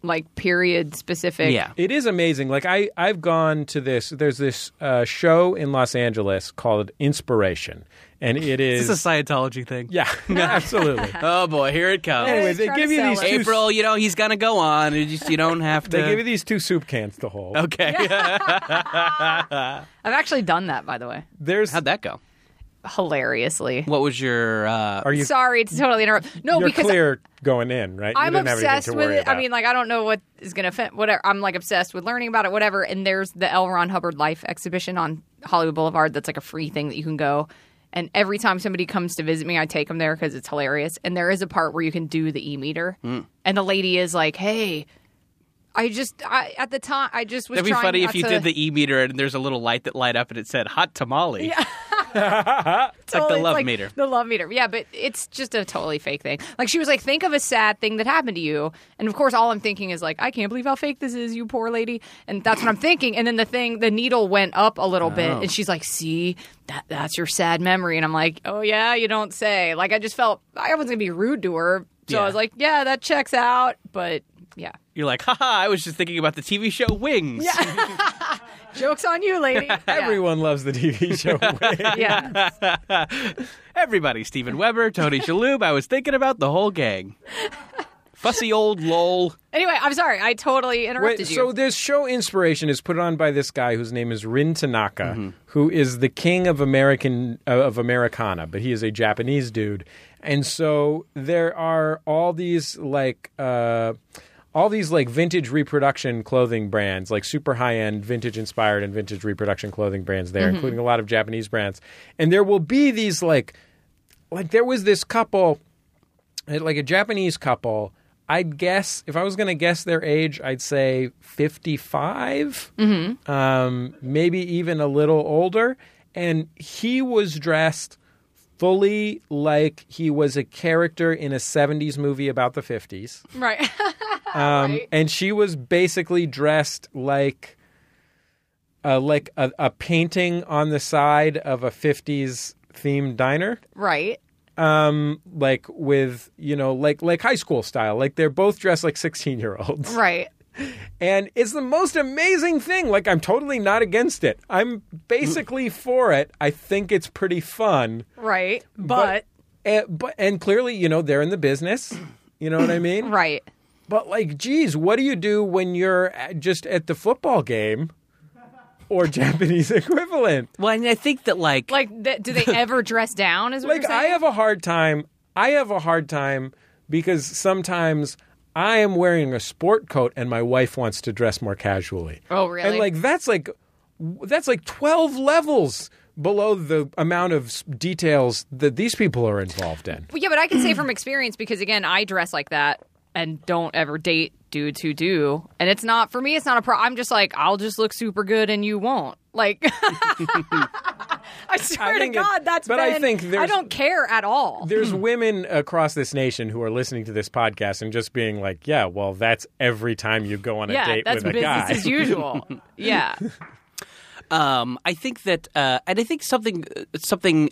S4: like period specific.
S3: Yeah.
S2: It is amazing. Like I, I've gone to this. There's this uh, show in Los Angeles called Inspiration, and it
S3: It's
S2: is.
S3: a Scientology thing.
S2: [LAUGHS] yeah, absolutely.
S3: Oh boy, here it comes.
S2: Anyway, [LAUGHS]
S4: Always
S2: they
S4: trying to
S2: give you
S4: sell
S2: these
S4: it.
S2: two.
S3: April, you know he's gonna go on. You just you don't have to.
S2: They give you these two soup cans to hold.
S3: okay.
S4: I've actually done that by the way.
S2: There's
S3: [LAUGHS] How'd that go?
S4: Hilariously.
S3: What was your? Uh,
S2: Are you?
S4: Sorry to totally interrupt. No,
S2: you're
S4: because
S2: clear going in, right? You
S4: I'm
S2: didn't have anything
S4: obsessed
S2: to
S4: with
S2: worry
S4: it.
S2: about.
S4: I mean, like, I don't know what is going to fit, whatever. I'm like obsessed with learning about it, whatever. And there's the L. Ron Hubbard Life exhibition on Hollywood Boulevard that's like a free thing that you can go. And every time somebody comes to visit me, I take them there because it's hilarious. And there is a part where you can do the e meter. And the lady is like, hey, I just, I, at the time, I just was
S3: That'd be
S4: trying
S3: funny
S4: not
S3: if you
S4: to-
S3: did the e meter and there's a little light that light up and it said hot tamale. Yeah. it's like the
S4: Totally, it's
S3: love meter.
S4: The love meter. Yeah, but it's just a totally fake thing. Like she was like, think of a sad thing that happened to you. And of course all I'm thinking is like, I can't believe how fake this is, you poor lady. And that's what I'm thinking. And then the thing the needle went up a little
S3: Oh.
S4: bit and she's like, see, that that's your sad memory. And I'm like, Oh yeah, you don't say. Like I just felt I wasn't gonna be rude to her. So
S3: Yeah.
S4: I was like, Yeah, that checks out. But yeah.
S3: You're like, haha, I was just thinking about the TV show Wings. Yeah.
S4: Joke's on you, lady. Yeah.
S2: everyone loves the TV [LAUGHS] show.
S4: Yeah.
S3: [LAUGHS] Everybody, Steven Weber, [LAUGHS] Tony Shalhoub, I was thinking about the whole gang. Fussy old lol.
S4: Anyway, I'm sorry. I totally interrupted
S2: Wait,
S4: you.
S2: so this show Inspiration is put on by this guy whose name is Rin Tanaka,
S4: Mm-hmm.
S2: who is the king of American uh, of Americana, but he is a Japanese dude. And so there are all these like uh, all these like vintage reproduction clothing brands, like super high end vintage inspired and vintage reproduction clothing brands there,
S4: Mm-hmm.
S2: including a lot of Japanese brands. And there will be these like like there was this couple uh, like a Japanese couple, I'd guess if I was going to guess their age, I'd say 55, um, maybe even a little older. And he was dressed fully like he was a character in a 70s movie about the 50s.
S4: right. [LAUGHS]
S2: Um,
S4: Right.
S2: And she was basically dressed like. Uh, like a, a painting on the side of a 50s themed diner
S4: right.
S2: um like with you know like like high school style like they're both dressed like 16 year olds
S4: Right.
S2: and it's the most amazing thing like i'm totally not against it i'm basically for it i think it's pretty fun
S4: Right. but
S2: and, but and clearly you know they're in the business you know what i mean
S4: Right.
S2: but like geez what do you do when you're at- just at the football game or [LAUGHS] japanese equivalent
S3: Well, and I think that, like,
S4: Like, th- do
S2: [LAUGHS]
S4: they ever dress down? Is what
S2: like
S4: you're
S2: I
S4: saying?
S2: have a hard time. I have a hard time because sometimes I am wearing a sport coat and my wife wants to dress more casually.
S4: Oh, really?
S2: And like that's like that's like 12 levels below the amount of s- details that these people are involved in.
S4: Well, yeah, but I can say from experience because again, I dress like that and don't ever date dudes who do, and it's not for me. It's not a pro. I'm just like, I'll just look super good and you won't. Like, [LAUGHS] I swear to
S2: think it-
S4: God, that's.
S2: but I
S4: been-
S2: think
S4: I
S2: there's-
S4: don't care at all. [CLEARS THROAT]
S2: There's women across this nation who are listening to this podcast and just being like, "Yeah, well, that's every time you go on a
S4: Yeah,
S2: date
S4: that's
S2: with a
S4: business
S2: guy." [LAUGHS]
S4: as usual. yeah,
S3: Um, I think that, uh, and I think something something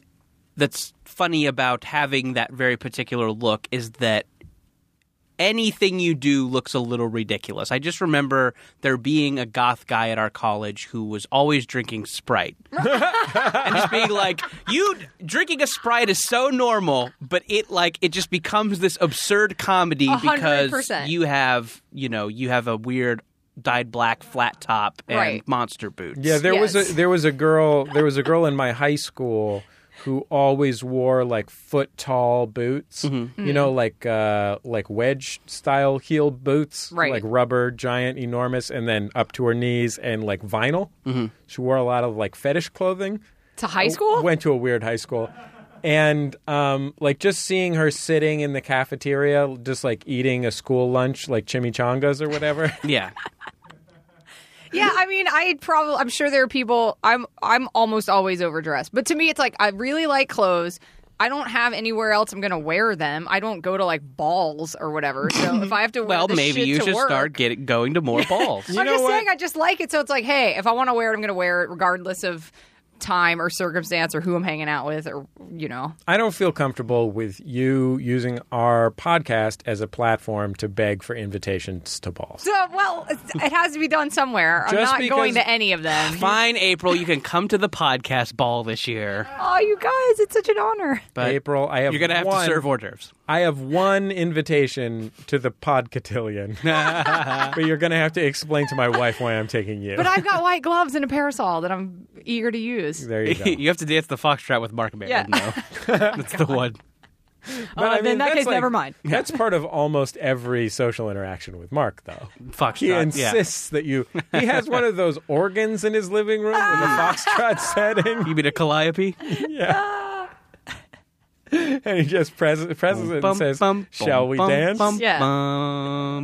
S3: that's funny about having that very particular look is that anything you do looks a little ridiculous. I just remember there being a goth guy at our college who was always drinking Sprite, [LAUGHS] and just being like, "You drinking a Sprite is so normal, but it like it just becomes this absurd comedy
S4: hundred
S3: because
S4: percent.
S3: you have you know you have a weird." Dyed black flat top and
S4: Right.
S3: monster boots.
S2: Yeah, there was
S4: Yes.
S2: a there was a girl there was a girl in my high school who always wore like foot tall boots. You know,
S4: Mm.
S2: like uh like wedge style heel boots,
S4: Right.
S2: like rubber, giant, enormous, and then up to her knees and like vinyl. She wore a lot of like fetish clothing.
S4: to high school.
S2: Went to a weird high school. And um, like just seeing her sitting in the cafeteria, just like eating a school lunch, like chimichangas or whatever. [LAUGHS]
S4: [LAUGHS]
S3: Yeah.
S4: Yeah, I mean, I probably I'm sure there are people I'm I'm almost always overdressed. But to me it's like I really like clothes. I don't have anywhere else I'm going to wear them. I don't go to like balls or whatever. So if I have to wear
S3: Well,
S4: this
S3: maybe
S4: shit
S3: you
S4: to
S3: should
S4: work-
S3: start getting
S4: [LAUGHS]
S3: going to more balls.
S2: You
S4: I'm
S2: know
S4: just
S2: what?
S4: saying I just like it so it's like, hey, if I want to wear it, I'm going to wear it regardless of time or circumstance or who I'm hanging out with or you know.
S2: I don't feel comfortable with you using our podcast as a platform to beg for invitations to balls.
S4: So well, it's- it has to be done somewhere. I'm
S2: Just
S4: not going
S2: because-
S4: to any of them.
S3: Fine, April, you can come to the podcast ball this year,
S4: Oh, you guys, it's such an honor.
S3: but
S2: April, I have
S3: you're gonna have
S2: one,
S3: to serve hors d'oeuvres.
S2: I have one invitation to the podcotillion, but you're going to have to explain to my wife why I'm taking you.
S4: But I've got white gloves and a parasol that I'm eager to use.
S2: [LAUGHS] there you go.
S3: [LAUGHS] you have to dance the foxtrot with Mark Maron,
S4: Yeah. [LAUGHS] Oh,
S3: though. That's the one.
S2: But, I
S5: Oh, then
S2: mean,
S5: in that
S2: that's
S5: case, never mind.
S2: That's part of almost every social interaction with Mark, though.
S3: Foxtrot.
S2: He
S3: yeah.
S2: insists that you. He has one of those organs in his living room with a foxtrot setting,
S3: You mean
S2: [LAUGHS]
S3: a calliope?
S2: Ah. and he just presses, presses it and says, "Shall we dance?"
S4: Yeah.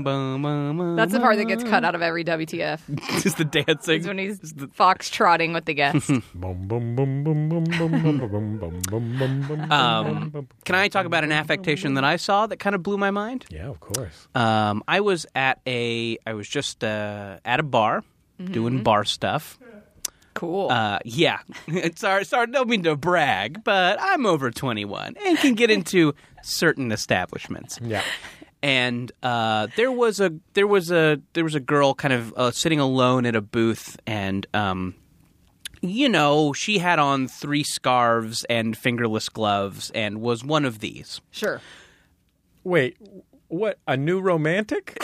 S4: That's
S3: That's
S4: the part that gets
S3: Mm-hmm.
S4: cut out of every WTF.
S3: [LAUGHS] Just the dancing.
S4: Is
S3: [LAUGHS]
S4: when he's fox trotting with the guests.
S2: Boom, boom, boom, boom, boom, boom, boom, boom, boom, boom, boom, boom, boom, boom, boom.
S3: Um, can I talk about an affectation that I saw that kind of blew my mind?
S2: Yeah, of course.
S3: Um, I was at a, I was just uh, at a bar
S4: Mm-hmm.
S3: doing bar stuff.
S4: cool.
S3: Uh, yeah, [LAUGHS] sorry, sorry, don't mean to brag, but I'm over 21 and can get into certain establishments.
S2: Yeah.
S3: and uh, there was a there was a there was a girl kind of uh, sitting alone at a booth, and um, you know she had on three scarves and fingerless gloves, and was one of these.
S4: sure.
S2: Wait, what? A new romantic?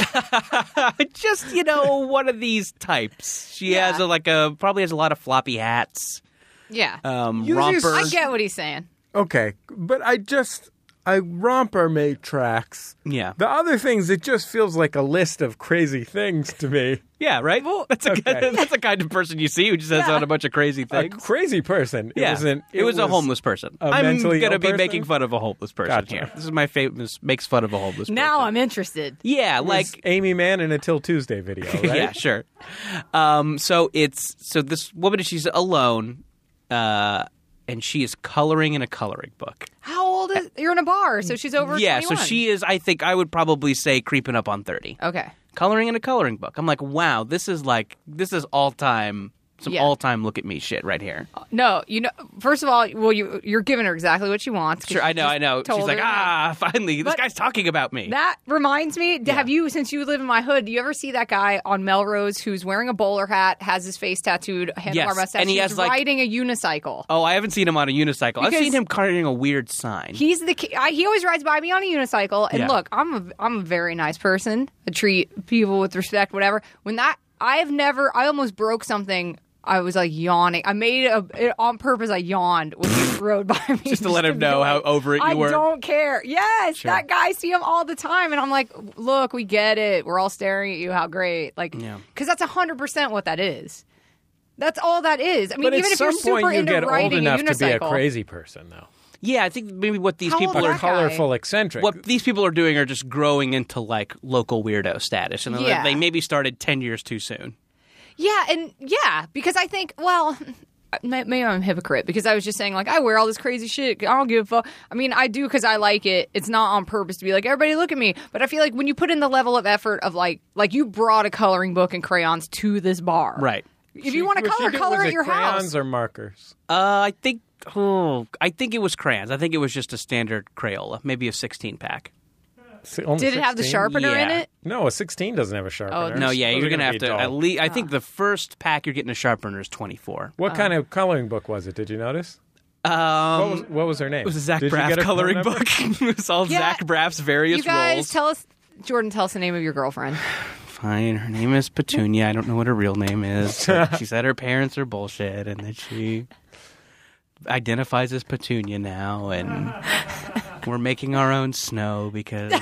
S3: Just you know one of these types. She
S4: Yeah.
S3: has a, like a probably has a lot of floppy hats,
S4: Yeah.
S3: um,
S2: You just-
S3: rompers.
S4: I get what he's saying.
S2: [LAUGHS] Okay, but I just I romper made tracks.
S3: Yeah.
S2: The other things, it just feels like a list of crazy things to me.
S3: yeah, right. that's a
S2: okay.
S3: [LAUGHS] that's the kind of person you see who just has on a bunch of crazy
S2: A
S3: things.
S2: crazy person. It
S3: Yeah.
S2: wasn't.
S3: it, was, a homeless person.
S2: a
S3: i I'm
S2: mentally
S3: gonna
S2: ill
S3: be
S2: person?
S3: making fun of a homeless person
S2: Gotcha.
S3: here. This is my famous makes fun of a homeless.
S5: Now
S3: person.
S5: I'm interested.
S3: yeah,
S2: Like
S3: like
S2: Amy Mann in a Till Tuesday video, right?
S3: [LAUGHS] yeah, sure. Um, so it's so this woman she's alone, uh, and she is coloring in a coloring book.
S4: How old is you're in a bar? So she's over.
S3: yeah,
S4: 21.
S3: so she is. I think I would probably say creeping up on thirty.
S4: Okay.
S3: Coloring in a coloring book. I'm like, wow, this is like this is all time. Some
S4: Yeah.
S3: all time look at me shit right here.
S4: No, you know. First of all, well, you you're giving her exactly what she wants. 'cause
S3: Sure,
S4: you
S3: I know,
S4: just
S3: I know. She's
S4: told
S3: like,
S4: her that.
S3: ah, finally, this
S4: But-
S3: guy's talking about me.
S4: That reminds me. d- Have you, since you live in my hood, do you ever see that guy on Melrose who's wearing a bowler hat, has his face tattooed, handlebar
S3: Yes,
S4: mustache,
S3: and he
S4: he's
S3: has, like-
S4: riding a unicycle?
S3: Oh, I haven't seen him on a unicycle. I've
S4: Because-
S3: seen him carrying a weird sign.
S4: He's the ki- I, he always rides by me on a unicycle. And
S3: Yeah.
S4: look, I'm a I'm a very nice person. I treat people with respect, whatever. When that I have never I almost broke something. I was like yawning. I made a it, on purpose. I yawned when he rode by me,
S3: Just to let him
S4: be
S3: know how
S4: like,
S3: over it you
S4: I
S3: were."
S4: don't care. Yes, that guy I see him all the time, and I'm like, look, we get it. We're all staring at you. How great! Like, because that's hundred percent what that is. That's all that is. I mean,
S2: But
S4: even
S2: at
S4: if
S2: some
S4: you're
S2: point,
S4: super
S2: you
S4: into
S2: get old
S4: riding
S2: enough
S4: a
S2: to be a
S4: unicycle-
S2: crazy person, though.
S3: yeah, I think maybe what these
S4: How
S3: people
S4: old
S3: are
S4: is that guy?
S2: Colorful, eccentric.
S3: what these people are doing are just growing into like local weirdo status, and
S4: Yeah.
S3: they maybe started ten years too soon.
S4: Yeah, and yeah, because I think, well, [LAUGHS] may- maybe I'm a hypocrite because I was just saying, like, I wear all this crazy shit. I don't give a fuck. I mean, I do because I like it. It's not on purpose to be like, everybody look at me. But I feel like when you put in the level of effort of like, like you brought a coloring book and crayons to this bar.
S3: Right.
S4: If you want to color, color at your
S2: crayons
S4: house.
S2: or markers.
S3: Uh, I think. Oh, I think it was crayons. I think it was just a standard Crayola, maybe a sixteen pack.
S2: S- only
S4: Did it have the
S2: 16?
S4: sharpener in
S3: Yeah.
S4: it?
S2: No, a sixteen doesn't have a sharpener.
S3: Oh, No, yeah,
S2: Those
S3: you're
S2: are
S3: gonna have to
S2: be
S3: at
S2: dull.
S3: least. I think the first pack you're getting a sharpener is twenty four.
S2: What kind of coloring book was it? Did you notice?
S3: Um,
S2: What was, what was her name?
S3: it was a Zach
S2: Did you
S3: Braff
S2: get her phone
S3: coloring
S2: number?
S3: book. [LAUGHS] it was all
S4: Yeah.
S3: Zach Braff's various
S4: You guys,
S3: roles.
S4: tell us, Jordan, tell us the name of your girlfriend.
S3: Fine. Her name is Petunia. I don't know what her real name is. but she said her parents are bullshit, and that she identifies as Petunia now, and we're making our own snow because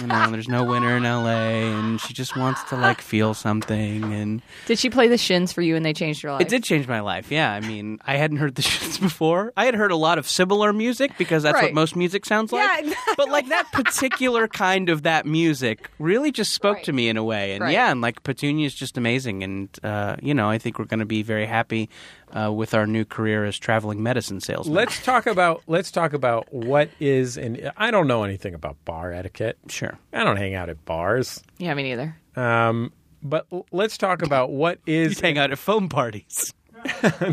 S3: you know there's no winter in LA, and she just wants to like feel something. And
S4: Did she play the shins for you and they changed your life?
S3: it did change my life. Yeah, I mean, I hadn't heard the [LAUGHS] shits before. I had heard a lot of similar music because that's what
S4: Right.
S3: most music sounds like.
S4: Yeah, exactly.
S3: But like that particular kind of that music really just spoke to me in a way. And
S4: Right.
S3: yeah, and like Petunia is just amazing. And uh, you know, I think we're going to be very happy uh, with our new career as traveling medicine salesman.
S2: Let's talk about let's talk about what is and I don't know anything about bar etiquette.
S3: sure.
S2: I don't hang out at bars.
S4: Yeah, me neither.
S2: Um, but l- let's talk about what
S3: You
S2: is
S3: hang out at foam parties.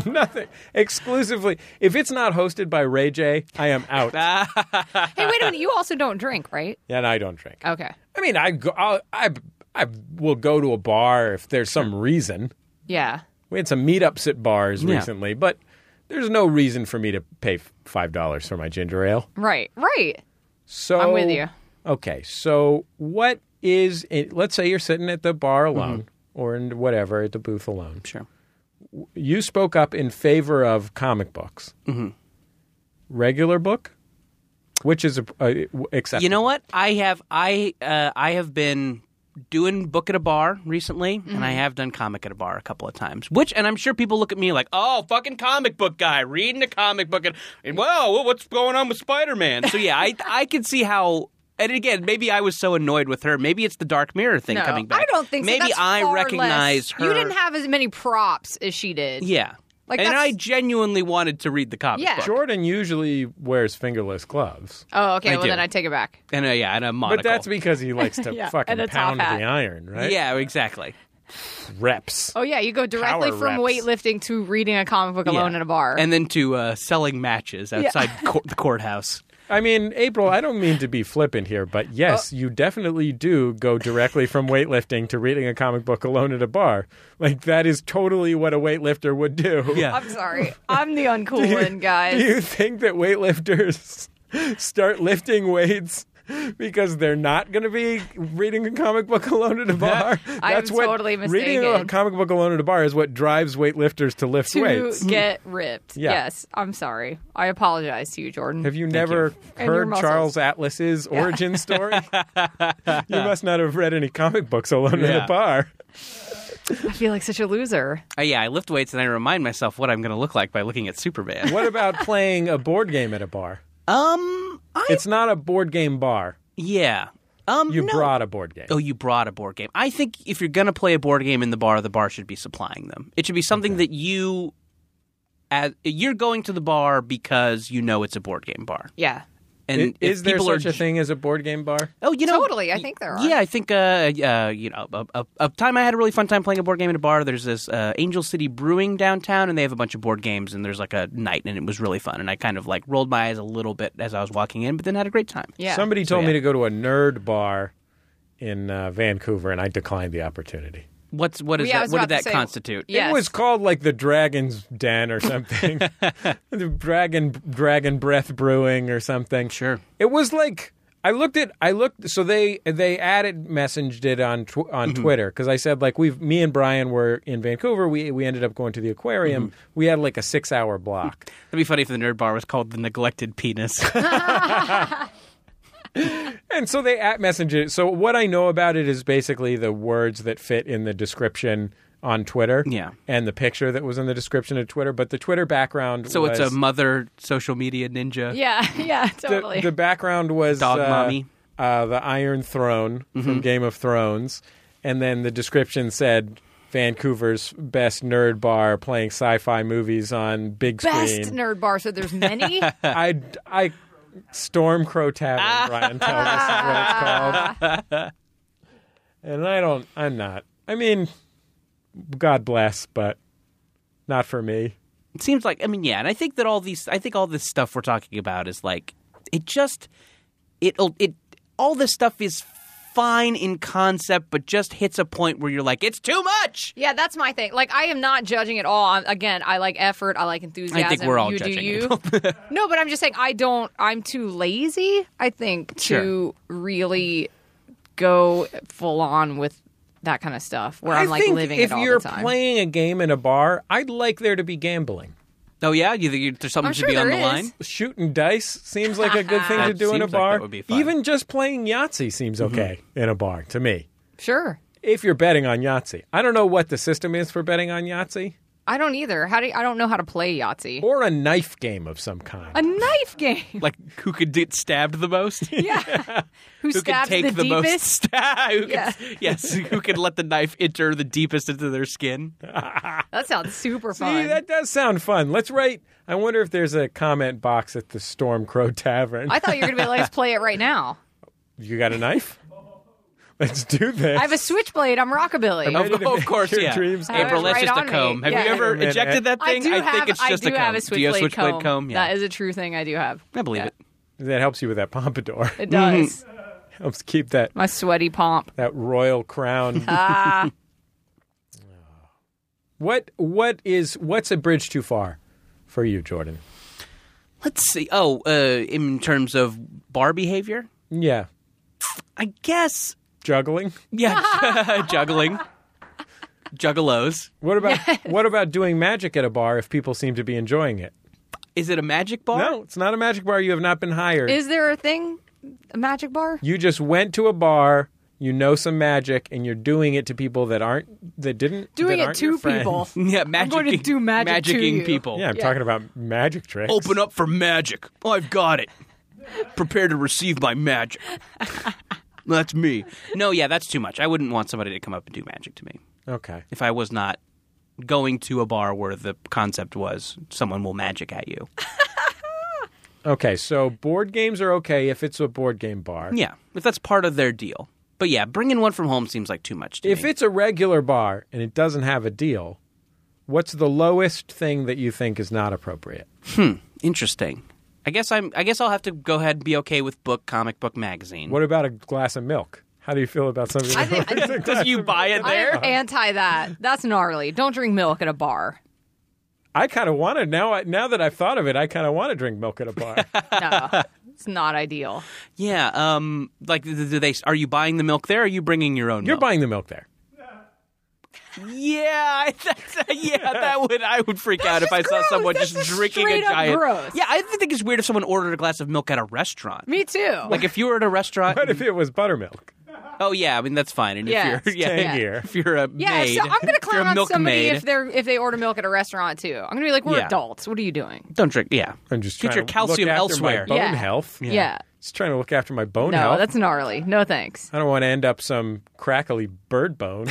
S2: Nothing. Exclusively. If it's not hosted by Ray J, I am
S4: [LAUGHS]
S2: out.
S4: Hey, wait a minute. You also don't
S3: [LAUGHS]
S4: drink, right?
S2: and I don't drink.
S4: Okay.
S2: I mean, I go, I'll, I I will go to a bar if there's some reason.
S4: Yeah.
S2: We had some meetups at bars
S3: Yeah.
S2: recently, but there's no reason for me to pay f- five dollars for my ginger ale.
S4: Right. Right.
S2: So
S4: I'm with you.
S2: Okay, so what is? It, let's say you're sitting at the bar alone,
S4: Mm-hmm.
S2: or in whatever at the booth alone.
S3: Sure.
S2: You spoke up in favor of comic books. Mm-hmm. Regular book, which is a, a, acceptable.
S3: You know what? I have I uh, I have been doing book at a bar recently, and I
S4: Mm-hmm.
S3: have done comic at a bar a couple of times. Which, and I'm sure people look at me like, "Oh, fucking comic book guy reading a comic book," and, and wow, what's going on with Spider Man? So yeah, I I can see how. And again, maybe I was so annoyed with her. Maybe it's the Dark Mirror thing
S4: No,
S3: coming back.
S4: I don't think so.
S3: Maybe
S4: That's
S3: I
S4: far
S3: recognize
S4: less.
S3: her.
S4: You didn't have as many props as she did.
S3: yeah.
S4: Like,
S3: and
S4: that's-
S3: I genuinely wanted to read the comic
S4: Yeah.
S3: book.
S2: Jordan usually wears fingerless gloves.
S4: Oh, okay.
S3: I
S4: well,
S3: do.
S4: then I take it back.
S3: And uh, yeah, and a monocle.
S2: But that's because he likes to
S4: Yeah,
S2: fucking
S4: and a top
S2: pound the
S4: hat.
S2: iron, right?
S3: yeah, exactly.
S2: Reps.
S4: Oh yeah, you go directly
S2: Power
S4: from
S2: reps.
S4: weightlifting to reading a comic book alone
S3: Yeah.
S4: in a
S2: [LAUGHS]
S4: bar.
S3: and then to uh, selling matches outside cour- the
S4: [LAUGHS]
S3: courthouse.
S2: I mean, April, I don't mean to be flippant here, but yes, you definitely do go directly from weightlifting to reading a comic book alone at a bar. Like, that is totally what a weightlifter would do.
S3: Yeah, [LAUGHS]
S4: I'm sorry, I'm the uncool one, guys.
S2: Do you think that weightlifters start lifting weights? Because they're not going to be reading a comic book alone at a bar.
S4: I'm
S2: That's what
S4: totally
S2: reading a
S4: mistaken.
S2: comic book alone at a bar is what drives weightlifters to lift
S4: to
S2: weights.
S4: get ripped.
S2: Yeah.
S4: Yes, I'm sorry. I apologize to you, Jordan.
S2: Have you never
S4: And your
S2: heard
S4: muscles.
S2: Charles Atlas's origin story?
S4: [LAUGHS]
S2: you must not have read any comic books alone in
S3: Yeah.
S2: a bar.
S4: I feel like such a loser.
S3: Uh, yeah. I lift weights and I remind myself what I'm going to look like by looking at Superman.
S2: What about playing a board game at a bar?
S3: Um, I
S2: It's not a board game bar.
S3: yeah. Um,
S2: You
S3: no.
S2: brought a board game.
S3: Oh, you brought a board game. I think if you're going to play a board game in the bar, the bar should be supplying them. It should be something that you, as you're going to the bar because you know it's a board game bar.
S4: Yeah.
S3: And
S2: I-
S3: if
S2: is there
S3: people are
S2: such a
S3: j-
S2: thing as a board game bar?
S3: Oh, you know,
S4: Totally, I think there are.
S3: Yeah, I think uh, uh, you know, a, a, a time I had a really fun time playing a board game at a bar. There's this uh, Angel City Brewing downtown, and they have a bunch of board games. And there's like a night, and it was really fun. And I kind of like rolled my eyes a little bit as I was walking in, but then had a great time.
S4: Yeah.
S2: Somebody told
S3: yeah.
S2: me to go to a nerd bar in uh, Vancouver, and I declined the opportunity.
S3: What's what is
S4: Yeah, I
S3: that?
S4: was
S3: What did
S4: about
S3: that
S4: to say-
S3: constitute?
S4: Yeah. Yes.
S2: It was called like the Dragon's Den or something. [LAUGHS] the Dragon Dragon Breath Brewing or something.
S3: Sure.
S2: It was like I looked at I looked so they they added messaged it on tw- on Twitter cuz I said like we've me and Brian were in Vancouver. We we ended up going to the aquarium. We had like a 6-hour block.
S3: That'd be funny if the nerd bar was called the Neglected Penis.
S2: And so they at message it. So what I know about it is basically the words that fit in the description on Twitter.
S3: Yeah.
S2: And the picture that was in the description of Twitter, but the Twitter background
S3: so it's a
S2: was-
S3: mother social media ninja.
S4: Yeah. [LAUGHS] Yeah.
S2: the,
S4: Totally.
S2: the background was
S3: Dog
S2: uh,
S3: mommy. Mm-hmm.
S2: uh, the Iron Throne from Game of Thrones, and then the description said Vancouver's best nerd bar playing sci-fi movies on big
S4: Best
S2: screen.
S4: nerd bar. So
S2: [LAUGHS]
S4: there's many.
S2: I I Stormcrow
S3: [LAUGHS]
S2: Tavern, Ryan told us is what it's called. And I don't. I'm not. I mean, God bless, but not for me.
S3: it seems like I mean yeah, and I think that all these I think all this stuff we're talking about is like it just it it all this stuff is fine in concept but just hits a point where you're like it's too much.
S4: yeah, that's my thing. Like, I am not judging at all. I'm, again, I like effort. I like enthusiasm.
S3: I think we're all
S4: you
S3: judging.
S4: Do you. no, but I'm just saying I don't. I'm too lazy. I think to really go full on with that kind of stuff where am
S2: I
S4: like
S2: think
S4: living
S2: if
S4: it all
S2: you're
S4: the time.
S2: playing a game in a bar, I'd like there to be gambling.
S3: oh yeah, you think you- there's something
S4: I'm
S3: should
S4: sure
S3: be on
S4: there
S3: the
S4: is.
S3: line?
S2: shooting dice seems like a good thing to
S3: That
S2: do in a
S3: seems like
S2: bar.
S3: that would be fun. Mm-hmm.
S2: Even just playing Yahtzee seems okay in a bar to me.
S4: sure.
S2: If you're betting on Yahtzee, I don't know what the system is for betting on Yahtzee
S4: I don't either. How do you, I don't know how to play Yahtzee?
S2: or a knife game of some kind.
S4: A knife
S3: [LAUGHS]
S4: game.
S3: Like who could get stabbed the
S4: [LAUGHS]
S3: most?
S4: Yeah. Who,
S3: Who could
S4: stabs
S3: take
S4: the,
S3: the, most [LAUGHS]
S4: deepest?
S3: stab? who could-
S4: Yeah.
S3: Yes, who could let the knife enter the deepest into their skin?
S4: That sounds super fun.
S2: See, that does sound fun. Let's write. I wonder if there's a comment box at the Stormcrow Tavern.
S4: I thought you were going to be like, let's play it right now.
S2: you got a knife? Let's do this.
S4: I have a switchblade. I'm rockabilly.
S2: Ready to
S3: Oh, of
S2: make [LAUGHS]
S3: course,
S2: your
S3: yeah.
S2: dreams
S4: come
S3: April,
S4: true.
S3: that's
S4: Right
S3: just a
S4: on me.
S3: comb. Have
S4: Yeah.
S3: you ever
S2: Wait a minute.
S3: ejected that
S4: I
S3: thing?
S4: do
S3: I,
S4: have.
S3: think it's just
S4: I do
S3: a comb.
S4: have a
S3: do you have
S4: switchblade,
S3: a switchblade comb? Yeah,
S4: That is a true thing. I do have.
S3: I believe
S4: Yeah.
S3: it.
S2: That helps you with that pompadour. [LAUGHS]
S4: It
S3: Mm-hmm.
S4: does.
S2: helps keep that
S4: My sweaty pomp.
S2: that royal crown. [SIGHS] what what is what's a bridge too far for you, Jordan?
S3: Let's see. Oh, uh, in terms of bar behavior,
S2: Yeah,
S3: I guess.
S2: juggling.
S3: Yeah, [LAUGHS] juggling, juggalos.
S2: What about what about doing magic at a bar if people seem to be enjoying it?
S3: Is it a magic bar?
S2: No, it's not a magic bar. You have not been hired.
S4: Is there a thing? A magic bar?
S2: you just went to a bar. You know some magic, and you're doing it to people that aren't that didn't that
S4: Doing it
S2: aren't
S4: to
S2: your friends.
S3: [LAUGHS]
S4: people.
S3: Yeah, magic.
S4: going to do magic to
S3: magicking
S4: you.
S2: [LAUGHS]
S3: people.
S2: Yeah, I'm talking about magic tricks.
S3: Open up for magic. I've got it. Prepare to receive my magic. [LAUGHS] that's me. No, yeah, that's too much. I wouldn't want somebody to come up and do magic to me
S2: Okay.
S3: if I was not going to a bar where the concept was someone will magic at you.
S2: Okay. So board games are okay if it's a board game bar.
S3: Yeah, if that's part of their deal. But yeah, bringing one from home seems like too much to
S2: If
S3: me.
S2: it's a regular bar and it doesn't have a deal, what's the lowest thing that you think is not appropriate?
S3: Interesting. I guess I'm. I guess I'll have to go ahead and be okay with book comic book magazine.
S2: What about a glass of milk? How do you feel about something?
S4: I think I,
S3: Does you buy it
S4: I
S3: there?
S4: am anti that. That's gnarly. Don't drink milk at a bar.
S2: I kind of want to now. I, now that I've thought of it, I kind of want to drink milk at a
S3: [LAUGHS]
S2: bar.
S4: No, it's not ideal.
S3: [LAUGHS] Yeah. Um. Like, th- th- do they? Are you buying the milk there? Or are you bringing your own?
S2: You're
S3: milk?
S2: buying the milk there.
S3: Yeah, I- [LAUGHS] that's,
S4: [LAUGHS]
S3: yeah, that would I would freak out if I saw
S4: gross.
S3: someone
S4: That's
S3: just
S4: just
S3: drinking a
S4: straight up
S3: giant.
S4: gross.
S3: Yeah, I think it's weird if someone ordered a glass of milk at a
S4: [LAUGHS]
S3: restaurant.
S4: Me too.
S3: Like if you were at a restaurant,
S2: What if it was buttermilk?
S3: oh yeah, I mean that's fine. And
S4: Yeah.
S3: if you're [LAUGHS] yeah,
S2: Tangier.
S3: if you're a
S4: yeah,
S3: maid,
S4: so I'm
S3: if you're
S4: gonna
S3: a
S4: clown on somebody
S3: milkmaid,
S4: if they're if they order milk at a restaurant too. I'm gonna be like, we're
S3: Yeah.
S4: adults. What are you doing?
S3: don't drink. Yeah,
S2: I'm just
S3: get
S2: trying
S3: your
S2: to
S3: calcium
S2: look after
S3: elsewhere.
S2: My bone
S4: Yeah.
S2: health.
S4: Yeah.
S2: Just trying to look after my bone
S4: No,
S2: health.
S4: that's gnarly. No thanks.
S2: I don't want to end up some crackly bird
S3: [LAUGHS]
S2: bone.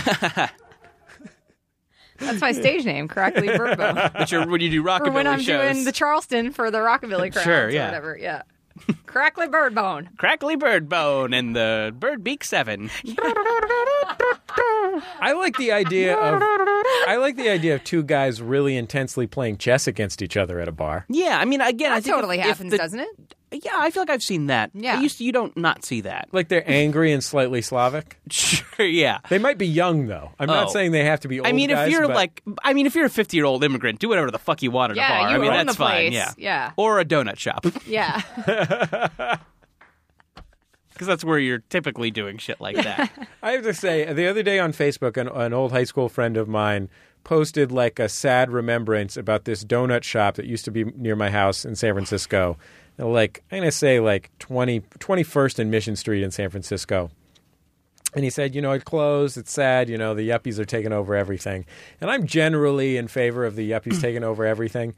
S4: That's my stage
S3: [LAUGHS]
S4: name, correctly verbo.
S3: But you're, when you do rockabilly
S4: for when I'm
S3: shows,
S4: doing the Charleston for the
S2: [LAUGHS]
S4: Rockabilly Crowns
S3: Sure,
S4: or
S3: yeah.
S4: whatever. Yeah. Crackly bird bone.
S3: crackly bird bone and the bird beak seven.
S2: I like the idea of I like the idea of two guys really intensely playing chess against each other at a bar.
S3: Yeah, I mean again, I
S4: That
S3: think if-
S4: totally
S3: if
S4: happens,
S3: the-
S4: doesn't it?
S3: Yeah, I feel like I've seen that.
S4: Yeah.
S3: I used to, you don't not see that. [LAUGHS]
S2: Like they're angry and slightly Slavic.
S3: Sure, yeah.
S2: They might be young though. I'm not
S3: Oh.
S2: saying they have to be old.
S3: I mean,
S2: guys,
S3: if you're
S2: but-
S3: like, I mean, if you're a 50 year old immigrant, do whatever the fuck you want at
S4: Yeah,
S3: a bar.
S4: you
S3: I mean,
S4: own
S3: that's
S4: the
S3: fine.
S4: place.
S3: Yeah,
S4: Yeah.
S3: Or a donut shop, [LAUGHS]
S4: Yeah.
S3: because that's where you're typically doing shit like
S4: [LAUGHS]
S3: that.
S2: I have to say, the other day on Facebook, an, an old high school friend of mine posted like a sad remembrance about this donut shop that used to be near my house in San Francisco. Like, I'm going to say like 20, 21st and Mission Street in San Francisco. And he said, you know, it closed. It's sad. You know, the yuppies are taking over everything. And I'm generally in favor of the yuppies taking over everything.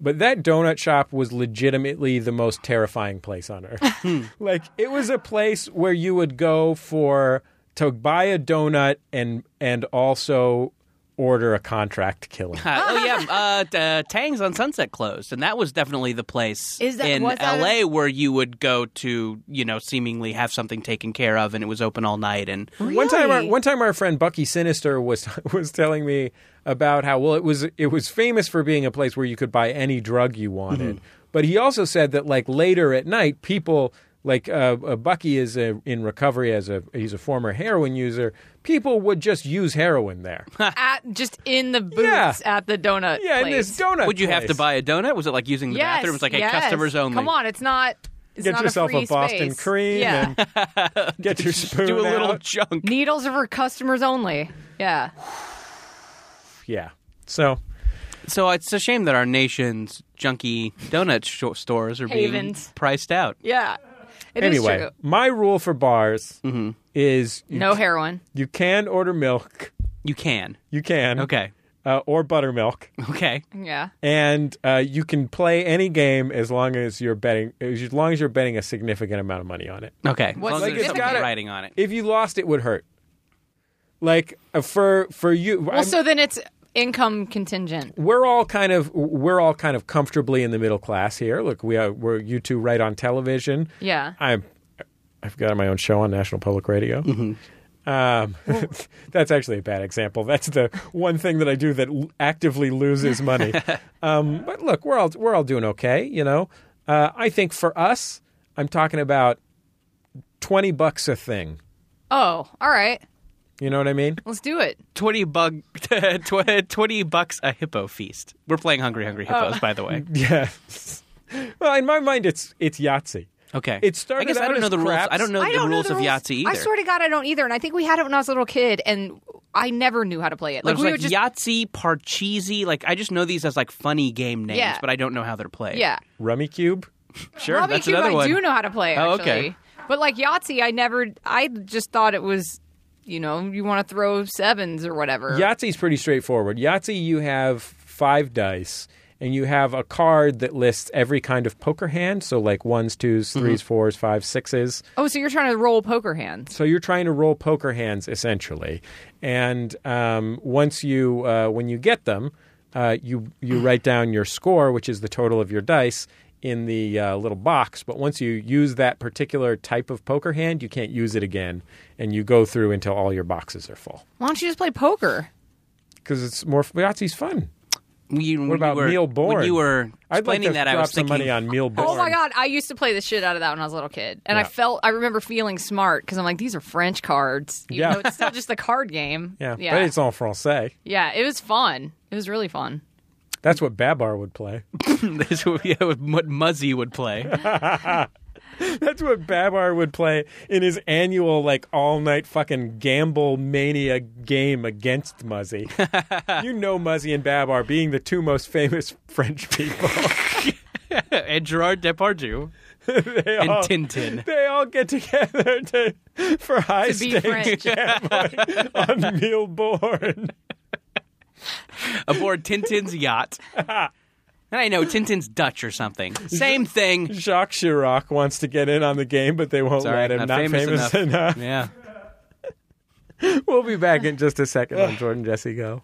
S2: But that donut shop was legitimately the most terrifying place on earth. [LAUGHS] like, it was a place where you would go for to buy a donut and and also order a contract killing.
S3: Uh, oh yeah, uh, t- uh, Tang's on Sunset closed, and that was definitely the place
S4: Is that-
S3: in
S4: was that a-
S3: L.A. where you would go to, you know, seemingly have something taken care of, and it was open all night. And
S2: One time, our,
S4: Really?
S2: one time, our friend Bucky Sinister was [LAUGHS] was telling me about how well it was. It was famous for being a place where you could buy any drug you wanted.
S4: Mm-hmm.
S2: But he also said that like later at night, people like uh, uh, Bucky is uh in recovery as a he's a former heroin user. People would just use heroin
S4: [LAUGHS]
S2: there.
S4: [LAUGHS] at, just in the booths
S2: Yeah.
S4: at the donut
S2: yeah, in
S4: place.
S2: this donut.
S3: would you have to
S2: place.
S3: buy a donut? Was it like using the
S4: yes,
S3: bathroom? It's like, hey,
S4: yes.
S3: customers only.
S4: Come on, it's not. It's
S2: Get
S4: not
S2: yourself
S4: a,
S2: a,
S4: free
S2: Boston
S4: space.
S2: cream
S4: Yeah.
S2: and get your spoon
S3: Do a little
S2: out.
S3: junk.
S4: [LAUGHS] Needles are for customers only. Yeah.
S2: Yeah. So
S3: So it's a shame that our nation's junky donut sh- stores are
S4: Havens.
S3: being priced out.
S4: Yeah. It is
S2: anyway,
S4: true. Mm-hmm.
S2: my rule for bars is you
S4: No heroin.
S2: You can order milk.
S3: You can.
S2: You can.
S3: Okay.
S2: Uh, or buttermilk.
S3: Okay.
S4: Yeah.
S2: And uh, you can play any game as long as you're betting as long as you're betting a significant amount of money on it.
S3: Okay.
S4: What's
S3: as long as
S4: Like,
S3: there's
S4: it's
S3: something
S2: gotta-
S3: writing on it.
S2: If you lost, it would hurt. Like uh, for for you,
S4: Well,
S2: I'm-
S4: so then it's income contingent.
S2: we're all kind of we're all kind of comfortably in the middle class here. Look, we are, we're you two right on television.
S4: Yeah.
S2: I'm I've got my own show on National Public Radio. Um, [LAUGHS] that's actually a bad example. That's the one thing that I do that l- actively loses money. um, but look, we're all we're all doing okay, you know. Uh, I think for us, I'm talking about twenty bucks a thing.
S4: Oh, all right.
S2: You know what I mean?
S4: Let's do it.
S3: 20, bug, [LAUGHS] tw- 20 bucks a hippo feast. We're playing Hungry Hungry
S4: Oh.
S3: Hippos, by the
S4: [LAUGHS]
S3: way.
S2: Yes. well, in my mind, it's it's Yahtzee.
S3: Okay.
S2: It started
S3: I guess I
S2: out
S3: don't
S2: as
S3: know the rules.
S2: craps.
S3: I don't know
S4: I
S3: the
S4: don't
S3: rules
S4: know the
S3: of Yahtzee either.
S4: I swear to God, I don't either. And I think we had it when I was a little kid, and I never knew how to play it. Like
S3: Like,
S4: we
S3: like
S4: would just,
S3: Yahtzee, Parcheesi. Like I just know these as like funny game names,
S4: Yeah.
S3: but I don't know how they're played.
S4: yeah.
S2: Rummy cube.
S3: sure,
S4: Robbie
S3: that's
S4: Cube,
S3: another
S4: I
S3: one.
S4: do know how to play.
S3: Oh,
S4: Actually.
S3: okay.
S4: But like Yahtzee, I never. I just thought it was, you know, you want to throw sevens or whatever.
S2: Yahtzee's pretty straightforward. Yahtzee, you have five dice, and you have a card that lists every kind of poker hand. So, like ones, twos, threes, fours, fives, sixes.
S4: Oh, so you're trying to roll poker hands.
S2: So you're trying to roll poker hands essentially, and um, once you uh, when you get them, uh, you you write down your score, which is the total of your dice. In the uh, little box, but once you use that particular type of poker hand, you can't use it again, and you go through until all your boxes are full.
S4: Why don't you just play poker?
S2: Because it's more Yahtzee's fun.
S3: You,
S2: What about
S3: you were,
S2: Neil
S3: When
S2: Bourne?
S3: you were
S2: I'd like
S3: explaining
S2: to
S3: that,
S2: drop
S3: I was
S2: some
S3: thinking,
S2: money on Neil Bourne.
S4: Oh my god, I used to play the shit out of that when I was a little kid, and I
S2: Yeah.
S4: felt I remember feeling smart because I'm like, these are French cards. Even
S2: Yeah.
S4: though it's still just a card
S3: [LAUGHS]
S4: game.
S2: Yeah,
S4: yeah,
S2: but it's en français.
S4: yeah. It was fun. It was really fun.
S2: That's what Babar would play. [LAUGHS]
S3: [LAUGHS] this would be uh, what Muzzy would play.
S2: That's what Babar would play in his annual, like, all night fucking gamble mania game against
S3: [LAUGHS]
S2: Muzzy. you know Muzzy and Babar being the two most famous French
S3: [LAUGHS]
S2: people.
S3: and Gerard Depardieu
S2: they,
S3: and
S2: all,
S3: Tintin.
S2: they all get together to, for high
S4: To be French.
S3: [LAUGHS]
S2: stakes gambling [LAUGHS] on Mealborn.
S3: aboard Tintin's
S2: [LAUGHS]
S3: yacht. And I know Tintin's Dutch or something. Same thing.
S2: Jacques Chirac wants to get in on the game, but they won't
S3: Sorry,
S2: let him.
S3: not,
S2: famous, enough.
S3: Yeah.
S2: [LAUGHS] We'll be back in just a second on Jordan Jesse Go.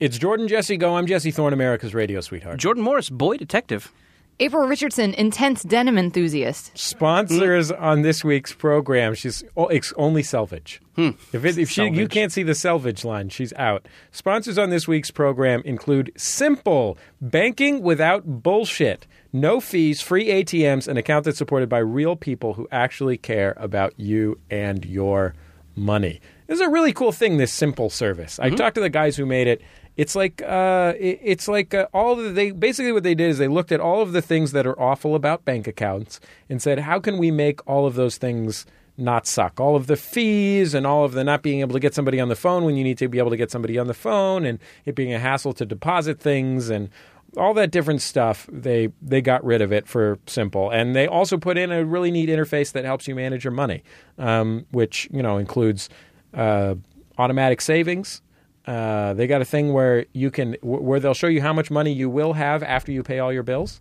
S2: It's Jordan Jesse Go. I'm Jesse Thorne, America's radio sweetheart.
S3: Jordan Morris, boy detective.
S4: April Richardson, intense denim enthusiast.
S2: Sponsors on this week's program. She's o- it's only selvage. If, it, if she, you
S3: Selvage.
S2: can't see the selvage line, she's out. Sponsors on this week's program include Simple Banking without bullshit, no fees, free ATMs, an account that's supported by real people who actually care about you and your money. This is a really cool thing. This Simple service. I talked to the guys who made it. It's like uh, it- it's like uh, all the, they basically what they did is they looked at all of the things that are awful about bank accounts and said, how can we make all of those things not suck. All of the fees and all of the not being able to get somebody on the phone when you need to be able to get somebody on the phone and it being a hassle to deposit things and all that different stuff they they got rid of it for simple and they also put in a really neat interface that helps you manage your money um, which you know includes uh, automatic savings uh, they got a thing where you can wh- where they'll show you how much money you will have after you pay all your bills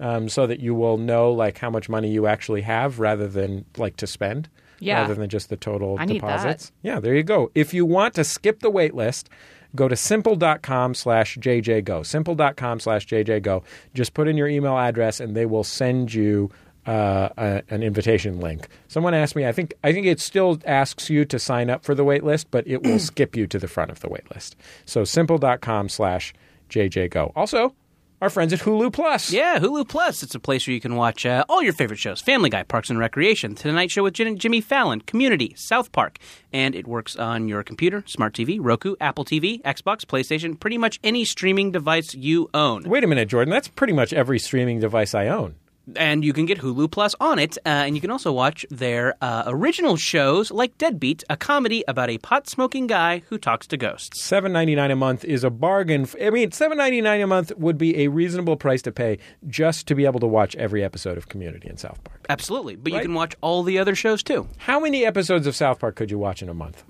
S2: um, so that you will know like how much money you actually have rather than like to spend
S4: Yeah.
S2: rather than just the total
S4: I need that.
S2: deposits yeah there you go if you want to skip the wait list go to simple.com slash jjgo simple.com slash jjgo just put in your email address and they will send you uh, a, an invitation link someone asked me i think i think it still asks you to sign up for the wait list but it will skip you to the front of the wait list so simple.com slash jjgo also our friends at hulu plus
S3: Yeah, Hulu Plus. It's a place where you can watch uh, all your favorite shows Family Guy, Parks and Recreation, Tonight Show with Jim- Jimmy Fallon, Community, South Park. And it works on your computer, smart TV, Roku, Apple TV, Xbox, PlayStation, pretty much any streaming device you own.
S2: Wait a minute, Jordan. That's pretty much every streaming device I own.
S3: and you can get Hulu Plus on it. Uh, and you can also watch their uh, original shows like Deadbeat, a comedy about a pot smoking guy who talks to ghosts.
S2: Seven ninety nine a month is a bargain. F- I mean, seven ninety nine a month would be a reasonable price to pay just to be able to watch every episode of Community and South Park.
S3: Absolutely, but you
S2: Right.
S3: can watch all the other shows too.
S2: How many episodes of South Park could you watch in a month?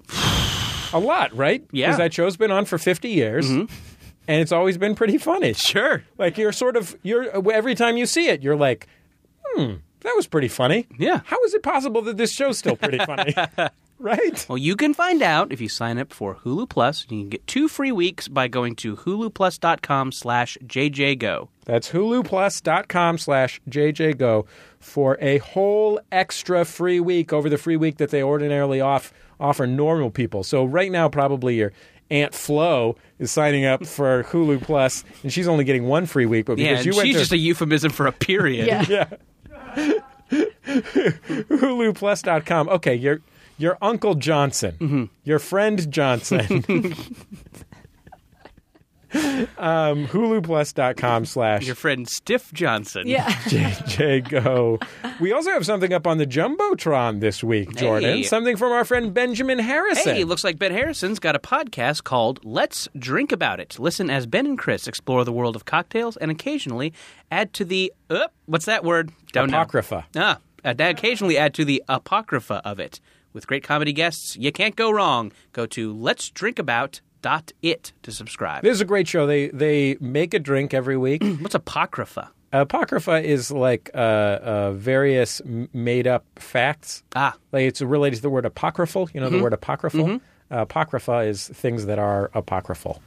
S2: a lot, right?
S3: Yeah. Mm-hmm.
S2: Because that show's been on for fifty years, and it's always been pretty funny.
S3: [LAUGHS] Sure.
S2: Like you're sort of you're every time you see it, you're like, hmm, that was pretty funny.
S3: Yeah. [LAUGHS]
S2: How is it possible that this show's still pretty funny? right?
S3: Well, you can find out if you sign up for Hulu Plus. You can get two free weeks by going to huluplus.com slash jjgo.
S2: That's huluplus.com slash jjgo for a whole extra free week over the free week that they ordinarily off, offer normal people. So right now, probably your Aunt Flo is signing up for Hulu Plus, and she's only getting one free week. But
S3: Yeah,
S2: because
S3: and
S2: you
S3: she's
S2: went to
S3: just a euphemism for a period.
S4: [LAUGHS]
S2: [LAUGHS]
S4: Yeah.
S2: huluplus.com, okay, your your Uncle Johnson,
S3: Mm-hmm.
S2: your friend Johnson.
S3: [LAUGHS]
S2: um, huluplus.com slash
S3: Your friend Stiff Johnson.
S2: [LAUGHS]
S4: Yeah.
S2: JJ Go. We also have something up on the Jumbotron this week, Jordan.
S3: Hey.
S2: Something from our friend Benjamin Harrison.
S3: Hey, looks like Ben Harrison's got a podcast called Let's Drink About It. Listen as Ben and Chris explore the world of cocktails and occasionally add to the uh, what's that word? Don't know.
S2: Apocrypha.
S3: Ah, and occasionally add to the apocrypha of it. With great comedy guests, you can't go wrong. Go to Let's Drink About it to subscribe.
S2: This is a great show. They they make a drink every week.
S3: What's apocrypha?
S2: Apocrypha is like uh, uh, various made up facts.
S3: Ah. Mm-hmm.
S2: Like it's related to the word apocryphal. You know the word apocryphal? apocrypha is things that are apocryphal.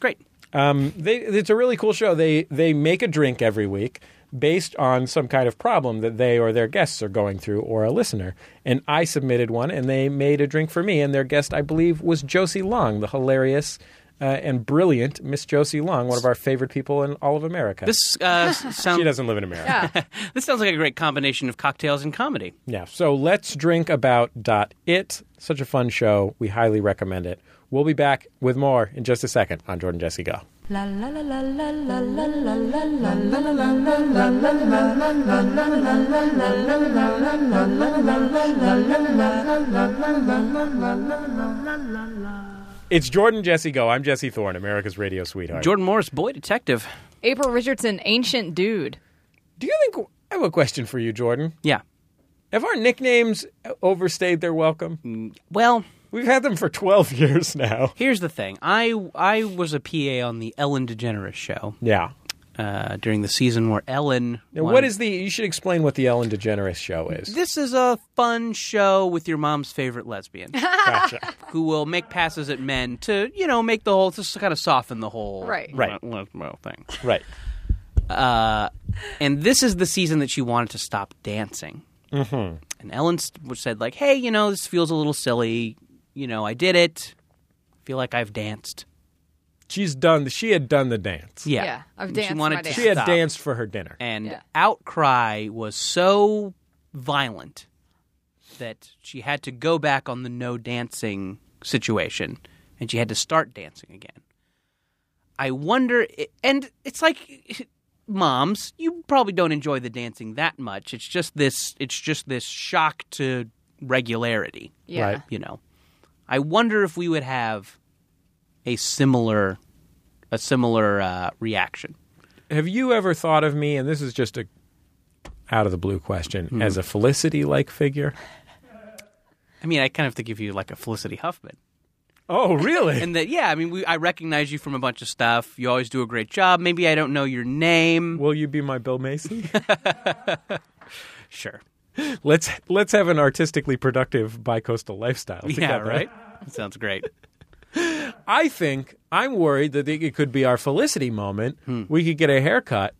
S3: Great.
S2: Um, they, it's a really cool show. They they make a drink every week based on some kind of problem that they or their guests are going through or a listener. And I submitted one, and they made a drink for me. And their guest, I believe, was Josie Long, the hilarious uh, and brilliant Miss Josie Long, one of our favorite people in all of America.
S3: This
S2: [LAUGHS]
S3: uh, s-
S2: she
S3: sounds
S2: doesn't live in America.
S3: this sounds like a great combination of cocktails and comedy.
S2: [LAUGHS] Yeah. So let's drink about dot it. Such a fun show. We highly recommend it. We'll be back with more in just a second on Jordan Jesse Go.
S1: La la la la la la la la la la.
S2: It's Jordan Jesse Go. I'm Jesse Thorne, America's radio sweetheart.
S3: Jordan Morris, boy detective.
S4: April Richardson, ancient dude.
S2: do you think I have a question for you, Jordan?
S3: Yeah.
S2: Have our nicknames overstayed their welcome?
S3: Well,
S2: We've had them for 12 years now.
S3: Here's the thing. I I was a PA on the Ellen DeGeneres show
S2: Yeah.
S3: uh, during the season where Ellen.
S2: Now,
S3: won.
S2: what is the? You should explain what the Ellen DeGeneres show is.
S3: This is a fun show with your mom's favorite
S4: [LAUGHS]
S3: lesbian,
S2: [LAUGHS] Gotcha.
S3: who will make passes at men to you know make the whole just to kind of soften the whole
S4: Right.
S2: Right.
S3: well, well, thing.
S2: right.
S3: Uh, and this is the season that she wanted to stop dancing. Mm-hmm. And Ellen s- said like, "Hey, you know, this feels a little silly. You know, I did it. Feel like I've danced.
S2: She's done. She had done the dance.
S3: Yeah,
S4: Yeah, I've
S3: And
S4: danced
S3: She wanted
S4: my
S3: to
S4: dance.
S2: She had
S3: stop.
S2: danced for her dinner.
S3: and
S4: Yeah.
S3: outcry was so violent that she had to go back on the no dancing situation and she had to start dancing again i wonder and it's like [LAUGHS] moms you probably don't enjoy the dancing that much it's just this it's just this shock to regularity
S4: Yeah.
S2: Right.
S3: you know i wonder if we would have a similar a similar uh, reaction
S2: Have you ever thought of me? And this is just a out of the blue question
S3: Hmm.
S2: as a Felicity like figure.
S3: I mean, I kind of think of you like a Felicity Huffman.
S2: Oh, really?
S3: And that, yeah, I mean, we, I recognize you from a bunch of stuff. You always do a great job. Maybe I don't know your name.
S2: Will you be my Bill
S3: [LAUGHS]
S2: Macy?
S3: Sure.
S2: let's let's have an artistically productive bicoastal lifestyle.
S3: [LAUGHS] Yeah,
S2: together.
S3: right? That sounds great.
S2: I think I'm worried that it could be our Felicity moment.
S3: Hmm.
S2: We could get a haircut,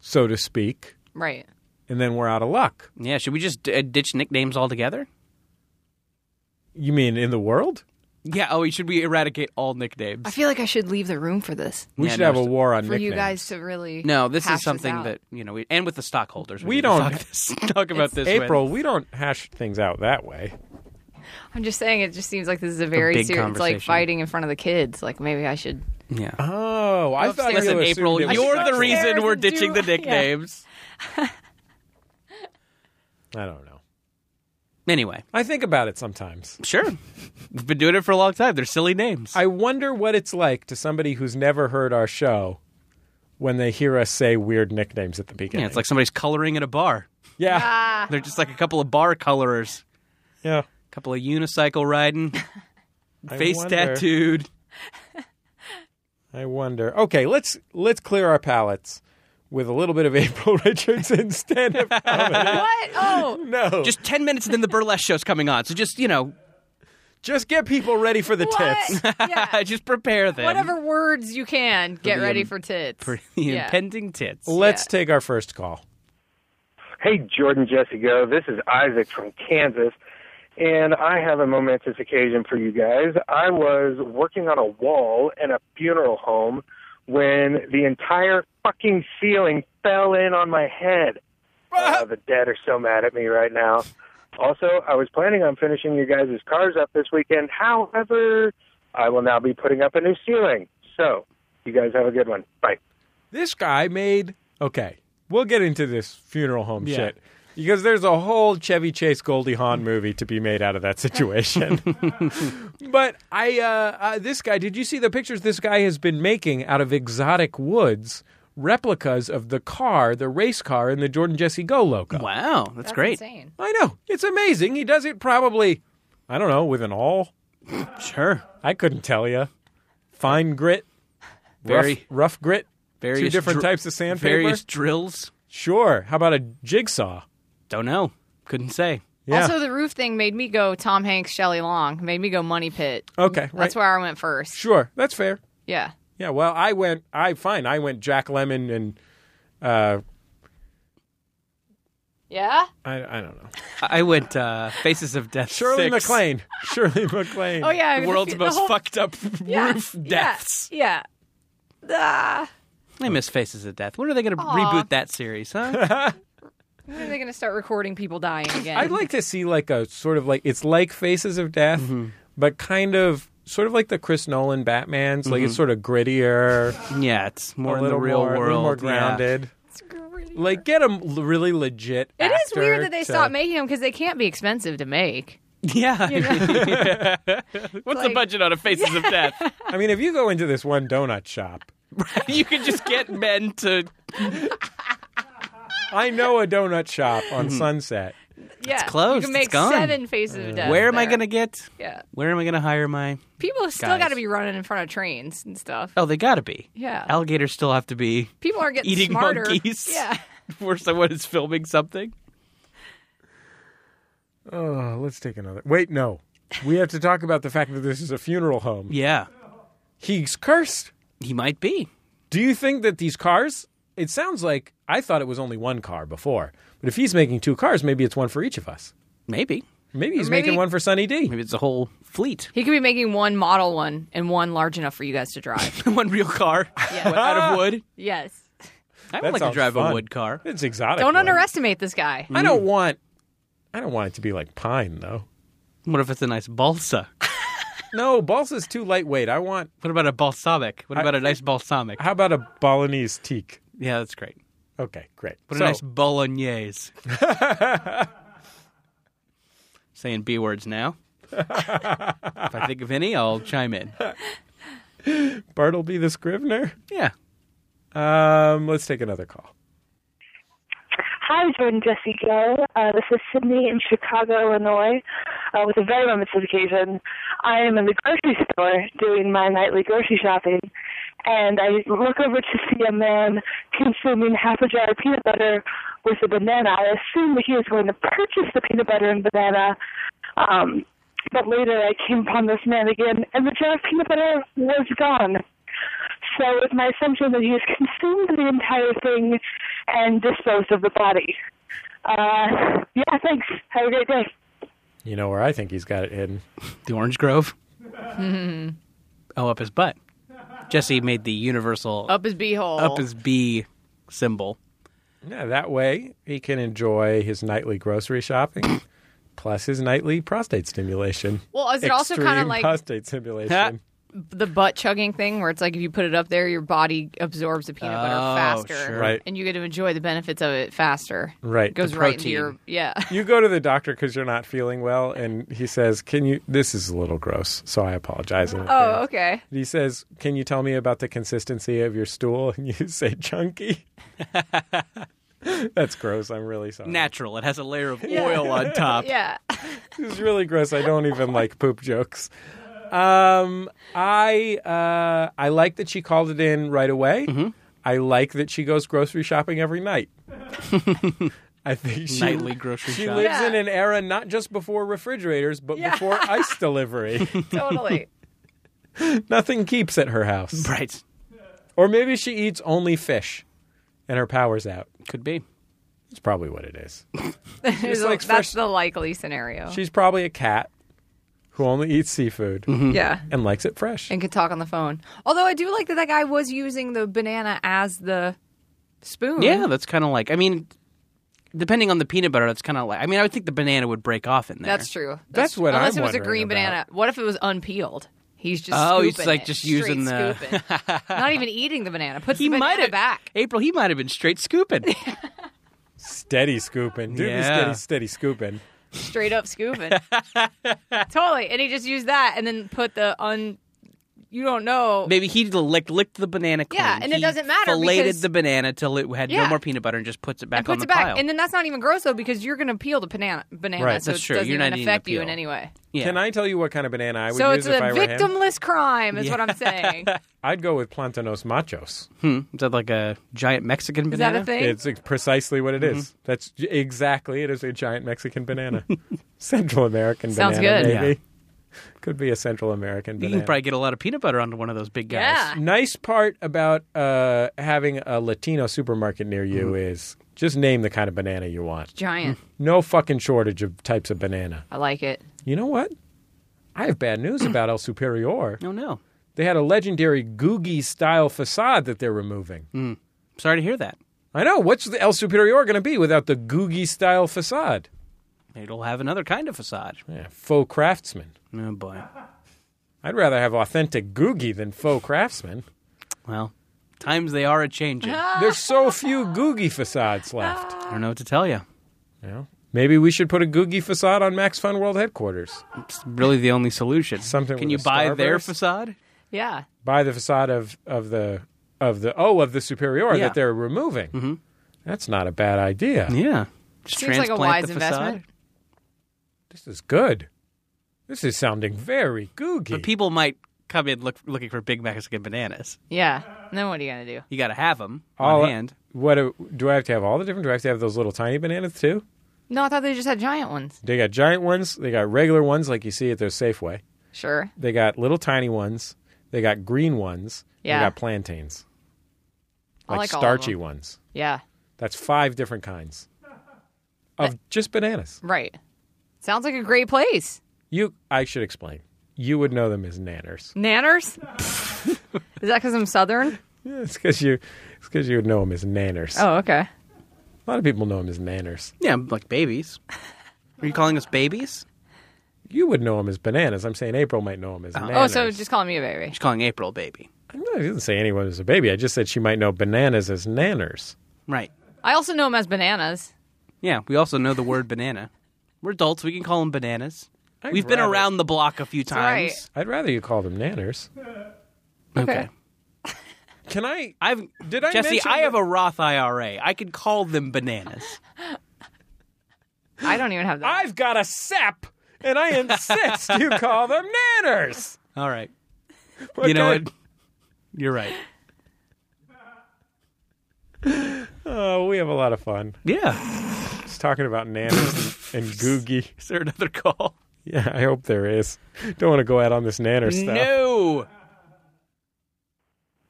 S2: so to speak,
S4: Right.
S2: and then we're out of luck.
S3: Yeah, should we just uh, ditch nicknames altogether?
S2: You mean in the world?
S3: Yeah, oh, should we eradicate all nicknames?
S4: I feel like I should leave the room for this.
S2: We
S3: Yeah,
S2: should
S3: no,
S2: have a
S3: it's-
S2: war on
S4: For you
S2: nicknames.
S4: guys to really
S3: no, this
S4: hash
S3: is something
S4: out.
S3: that, you know, we, and with the stockholders.
S2: We
S3: need to
S2: don't-
S3: Talk, this, [LAUGHS] talk about this. with-
S2: April, we don't hash things out that way.
S4: I'm just saying it just seems like this is a very
S3: big
S4: serious it's like
S3: conversation.
S4: fighting in front of the kids. Like maybe I
S3: [LAUGHS]
S4: should
S3: Yeah.
S2: Oh, I thought
S3: Listen,
S2: you assumed
S3: April,
S2: it was
S3: you're the
S2: sexual.
S3: reason we're
S4: and do- [LAUGHS]
S3: ditching the
S4: Yeah.
S3: nicknames.
S2: I don't know.
S3: Anyway,
S2: I think about it sometimes.
S3: sure. We've been doing it for a long time. They're silly names.
S2: I wonder what it's like to somebody who's never heard our show when they hear us say weird nicknames at the beginning.
S3: yeah, it's like somebody's coloring at a bar.
S2: yeah,
S4: ah,
S3: They're just like a couple of bar colorers,
S2: yeah.
S3: a couple of unicycle riding,
S2: [LAUGHS] I
S3: face
S2: wonder-
S3: tattooed.
S2: I wonder. Okay, let's let's clear our palates with a little bit of [LAUGHS] April Richardson
S4: [LAUGHS]
S2: stand-up comedy.
S3: Uh,
S4: what? Oh,
S2: No,
S3: [LAUGHS] Just 10 minutes and then the burlesque show's coming on. So just, you know, [LAUGHS]
S2: Just get people ready for the tits.
S4: What?
S3: [LAUGHS]
S4: Yeah.
S3: Just prepare them.
S4: Whatever words you can, get
S3: the
S4: ready
S3: im-
S4: for tits.
S3: For [LAUGHS] the
S4: Yeah.
S3: impending tits.
S2: Let's
S4: Yeah.
S2: take our first call.
S5: Hey, Jordan, Jesse, go. This is Isaac from Kansas, and I have a momentous occasion for you guys. I was working on a wall in a funeral home when the entire fucking ceiling fell in on my head. Uh, the dead are so mad at me right now. Also, I was planning on finishing you guys' cars up this weekend. However, I will now be putting up a new ceiling. So, you guys have a good one. Bye.
S2: This guy made okay. We'll get into this funeral home
S3: Yeah.
S2: shit because there's a whole Chevy Chase Goldie Hawn movie to be made out of that
S4: [LAUGHS]
S2: situation. but I, uh, uh, this guy, did you see the pictures this guy has been making out of exotic woods? Replicas of the car, the race car, and the Jordan Jesse Go logo.
S3: Wow, that's,
S4: That's
S3: great.
S4: insane.
S2: I know. It's amazing. He does it probably, I don't know, with an all.
S3: Sure.
S2: I couldn't tell you. Fine grit, rough,
S3: Very
S2: rough grit,
S3: various
S2: two different
S3: dr-
S2: types of sandpaper.
S3: Various drills.
S2: Sure. How about a jigsaw?
S3: Don't know. Couldn't say.
S2: Yeah.
S4: Also, the roof thing made me go Tom Hanks, Shelley Long. Made me go Money Pit.
S2: okay. Right.
S4: That's where I went first.
S2: Sure. That's fair.
S4: Yeah.
S2: Yeah. Well, I went. I fine. I went Jack Lemon and uh,
S4: Yeah?
S2: I, I don't know.
S3: I I went uh, Faces of Death.
S2: Shirley
S3: six.
S2: MacLaine. [LAUGHS] Shirley MacLaine.
S4: Oh, yeah.
S3: The
S4: the
S3: world's
S4: fe- the
S3: most
S4: whole-
S3: fucked up
S4: [LAUGHS] yeah,
S3: roof
S4: yeah,
S3: deaths.
S4: Yeah. Ah.
S3: I miss Faces of Death. When are they going to
S4: Aw.
S3: reboot that
S2: [LAUGHS]
S3: series, huh?
S4: When are they going to start recording people dying again?
S2: I'd like to see like a sort of like it's like Faces of Death, but kind of sort of like the Chris Nolan Batman's. Like it's sort of grittier,
S3: yeah, it's more
S2: a
S3: in the
S2: little
S3: real
S2: more, a
S3: world.
S2: little more
S3: yeah.
S2: grounded.
S4: It's great.
S2: Like get a m- really legit.
S4: It is weird that they
S2: stop
S4: stopped making them because they can't be expensive to make.
S3: Yeah. [LAUGHS]
S4: You know?
S3: What's the
S4: Like-
S3: budget on a Faces of
S4: [LAUGHS]
S3: Death?
S2: I mean, if you go into this one donut shop,
S3: you could just get men to.
S2: I know a donut shop on Sunset.
S4: yeah, You
S3: closed.
S4: can
S3: It's
S4: make
S3: gone.
S4: seven faces of death.
S3: Where am I
S4: there.
S3: going to get?
S4: Yeah,
S3: Where am I going to hire my?
S4: people have still
S3: Guys.
S4: got to be running in front of trains and stuff.
S3: Oh, they got to be.
S4: Yeah.
S3: Alligators still have to [LAUGHS] be
S4: People are getting
S3: eating
S4: smarter.
S3: monkeys.
S4: Yeah,
S3: Where someone is filming something.
S2: Oh, let's take another. Wait, no. We have to talk about the fact that this is a funeral home.
S3: Yeah.
S2: He's cursed.
S3: He might be.
S2: Do you think that these cars? It sounds like I thought it was only one car before, but if he's making two cars, maybe it's one for each of us.
S3: Maybe.
S2: Maybe he's
S4: Maybe-
S2: making one for Sunny D.
S3: Maybe it's a whole
S4: [LAUGHS]
S3: fleet.
S4: [LAUGHS] he could be making one model one and one large enough for you guys to drive.
S3: One real [LAUGHS] car out of [LAUGHS] wood.
S4: yes,
S3: I
S2: That
S3: would like to
S2: sounds
S3: drive
S2: fun.
S3: a wood car.
S2: It's exotic.
S4: don't
S2: wood.
S4: underestimate this guy.
S2: I don't want. I don't want it to be like pine though.
S3: What if it's a nice balsa?
S2: No, balsa's too lightweight. I want.
S3: What about a balsamic? What about a nice balsamic?
S2: How about a Balinese teak?
S3: Yeah, that's great.
S2: Okay, great.
S3: What
S2: So-
S3: a nice bolognese. [LAUGHS] Saying B words now. if I think of any, I'll chime in.
S2: Bartleby the Scrivener.
S3: Yeah.
S2: Um, let's take another call.
S6: Hi, Jordan Jesse Go. Uh, this is Sydney in Chicago, Illinois, uh, with a very momentous occasion. I am in the grocery store doing my nightly grocery shopping, and I look over to see a man consuming half a jar of peanut butter with a banana. I assumed that he was going to purchase the peanut butter and banana, um, but later I came upon this man again, and the jar of peanut butter was gone. So it's my assumption that he has [LAUGHS] consumed the entire thing and disposed of the body. Uh, yeah, thanks. Have a great day.
S2: You know where I think he's got it hidden.
S3: The orange grove. oh, up his butt. Jesse made the universal
S4: Up his beehole.
S3: up his B symbol.
S2: Yeah, that way he can enjoy his nightly grocery shopping, plus his nightly prostate stimulation.
S4: Well, is it also kind of
S2: Extreme
S4: like
S2: prostate stimulation?
S4: the butt chugging thing, where it's like if you put it up there, your body absorbs the peanut butter
S3: Oh,
S4: faster,
S3: sure.
S2: Right.
S4: and you get to enjoy the benefits of it faster.
S2: Right.
S4: It goes
S3: The
S4: right into
S3: protein.
S4: your
S2: [LAUGHS]
S4: yeah.
S2: you go to the doctor because you're not feeling well, and he says, "Can you?" This is a little gross, so I apologize. in advance.
S4: Oh, okay.
S2: He says, "Can you tell me about the consistency of your stool?" And you [LAUGHS] say, "Chunky." That's gross. I'm really sorry.
S3: Natural. It has a layer of oil on top.
S4: Yeah. [LAUGHS]
S2: This is really gross. I don't even like poop jokes. Um, I uh, I like that she called it in right away. I like that she goes grocery shopping every night. I think she
S3: Nightly grocery
S2: she
S3: shop.
S2: lives
S4: Yeah.
S2: in an era not just before refrigerators, but
S4: Yeah.
S2: before ice delivery.
S4: totally.
S2: Nothing keeps at her house.
S3: Right.
S2: Or maybe she eats only fish and her power's out.
S3: Could be.
S2: That's probably what it is.
S4: There's a-
S2: like fresh-
S4: that's the likely scenario.
S2: She's probably a cat who only eats seafood
S4: yeah.
S2: and likes it fresh.
S4: and could talk on the phone. Although I do like that that guy was using the banana as the spoon.
S3: Yeah, that's kind of like. I mean, depending on the peanut butter, that's kind of like. I mean, I would think the banana would break off in there.
S4: that's true.
S2: That's what
S4: unless
S2: I'm
S4: it was a
S2: wondering
S4: green banana. What if it was unpeeled? He's just
S3: Oh, he's
S4: scooping
S3: like
S4: it,
S3: just
S4: straight
S3: using the- [LAUGHS]
S4: scooping. not even eating the banana. Puts
S3: He
S4: the banana
S3: might have
S4: back.
S3: April. He might have been straight scooping.
S2: Steady scooping. Dude, be
S3: Yeah.
S2: steady, steady scooping.
S4: straight up scooping.
S3: [LAUGHS]
S4: totally. And he just used that and then put the un. You don't know.
S3: Maybe he licked licked the banana. Clean.
S4: Yeah, and it
S3: He
S4: doesn't matter
S3: Filleted
S4: because-
S3: the banana till it had
S4: Yeah.
S3: no more peanut butter and just puts it back
S4: and puts
S3: on the
S4: it back,
S3: pile.
S4: and then that's not even gross though, because you're going to peel the banana, banana
S2: Right.
S4: so
S3: That's
S4: it
S3: true.
S4: doesn't
S3: You're not
S4: even
S3: eating the
S4: affect you in
S3: peel.
S4: any way.
S3: yeah.
S2: Can I tell you what kind of banana I would
S4: So
S2: use
S4: it's
S2: if
S4: a
S2: I were him?
S4: victimless crime, is what
S3: [LAUGHS]
S4: I'm saying.
S2: I'd go with plantanos machos.
S3: Hmm. Is that like a giant Mexican
S4: Is
S3: banana?
S4: that a thing?
S2: It's ex- precisely what it is. That's j- exactly it is a giant Mexican banana. Central American
S4: Sounds
S2: banana,
S3: good.
S2: maybe. Could be a Central American
S3: You
S2: banana.
S3: can probably get a lot of peanut butter onto one of those big guys.
S4: Yeah.
S2: Nice part about uh, having a Latino supermarket near you is just name the kind of banana you want.
S3: [LAUGHS]
S4: Giant.
S2: No fucking shortage of types of banana.
S4: I like it.
S2: You know what? I have bad news about El Superior.
S3: Oh no.
S2: They had a legendary Googie style facade that they're removing.
S3: Sorry to hear that.
S2: I know. What's the El Superior going to be without the Googie style facade?
S3: It'll have another kind of facade.
S2: Yeah, faux craftsman.
S3: Oh boy.
S2: I'd rather have authentic Googie than faux craftsman.
S3: Well, times they are a changing.
S4: Ah.
S3: I
S2: There's so few Googie facades left.
S3: don't know what to tell you.
S2: You know? Maybe we should put a Googie facade on Max Fun World headquarters.
S3: It's really the only solution.
S2: Something
S3: Can
S2: with
S3: you
S2: a
S3: buy their
S2: starburst?
S3: facade?
S4: Yeah.
S2: Buy the facade of, of the of the oh of the Superior
S3: Yeah.
S2: that they're removing. Mm-hmm. That's not a bad idea.
S3: Yeah. Just
S4: Seems like a
S3: transplant
S4: wise
S3: the facade.
S4: investment.
S2: This is good. This is sounding very Googie.
S3: But people might come in look, looking for Big Mexican bananas.
S4: Yeah. And then what are you gonna do?
S3: You got to have them
S2: All-
S3: on hand.
S2: What do, do I have to have? All the different? Do I have to have those little tiny bananas too?
S4: No, I thought they just had giant ones.
S2: They got giant ones. They got regular ones like you see at their Safeway.
S4: Sure.
S2: They got little tiny ones. They got green ones.
S4: Yeah.
S2: They got plantains.
S4: I like all of
S2: starchy
S4: them.
S2: ones.
S4: Yeah.
S2: That's five different kinds of just bananas.
S4: Right. Sounds like a great place.
S2: You, I should explain. You would know them as nanners. [LAUGHS]
S4: Nanners. [LAUGHS] Is that because I'm Southern?
S2: Yeah, it's because you, it's because you would know them as nanners.
S4: Oh, okay.
S2: A lot of people know them as nanners.
S3: Yeah, like babies. Are you calling us babies?
S2: You would know them as bananas. I'm saying April might know them as nanners.
S4: Oh, so just call me a baby.
S3: She's calling April a baby.
S2: I know I didn't say anyone was a baby. I just said she might know bananas as nanners.
S3: Right.
S4: I also know them as bananas.
S3: Yeah, we also know the [LAUGHS] word banana. We're adults. We can call them bananas.
S2: I'd
S3: We've been
S2: rather-
S3: around the block a few times.
S2: I'd rather you call them nanners.
S3: Okay.
S2: Can I?
S3: I've
S2: Did I
S3: Jesse,
S2: mention
S3: I
S2: that-
S3: have a Roth IRA. I could call them bananas. [LAUGHS]
S4: I don't even
S2: [GASPS]
S4: have that.
S2: I've got a sep, and I insist you call them nanners.
S3: All right. You know what? You're right.
S2: Oh, we have a lot of fun.
S3: [LAUGHS] Yeah.
S2: Just talking about nanners and, and googie. [LAUGHS]
S3: Is there another call?
S2: Yeah, I hope there is. Don't want to go out on this nanner stuff.
S3: No.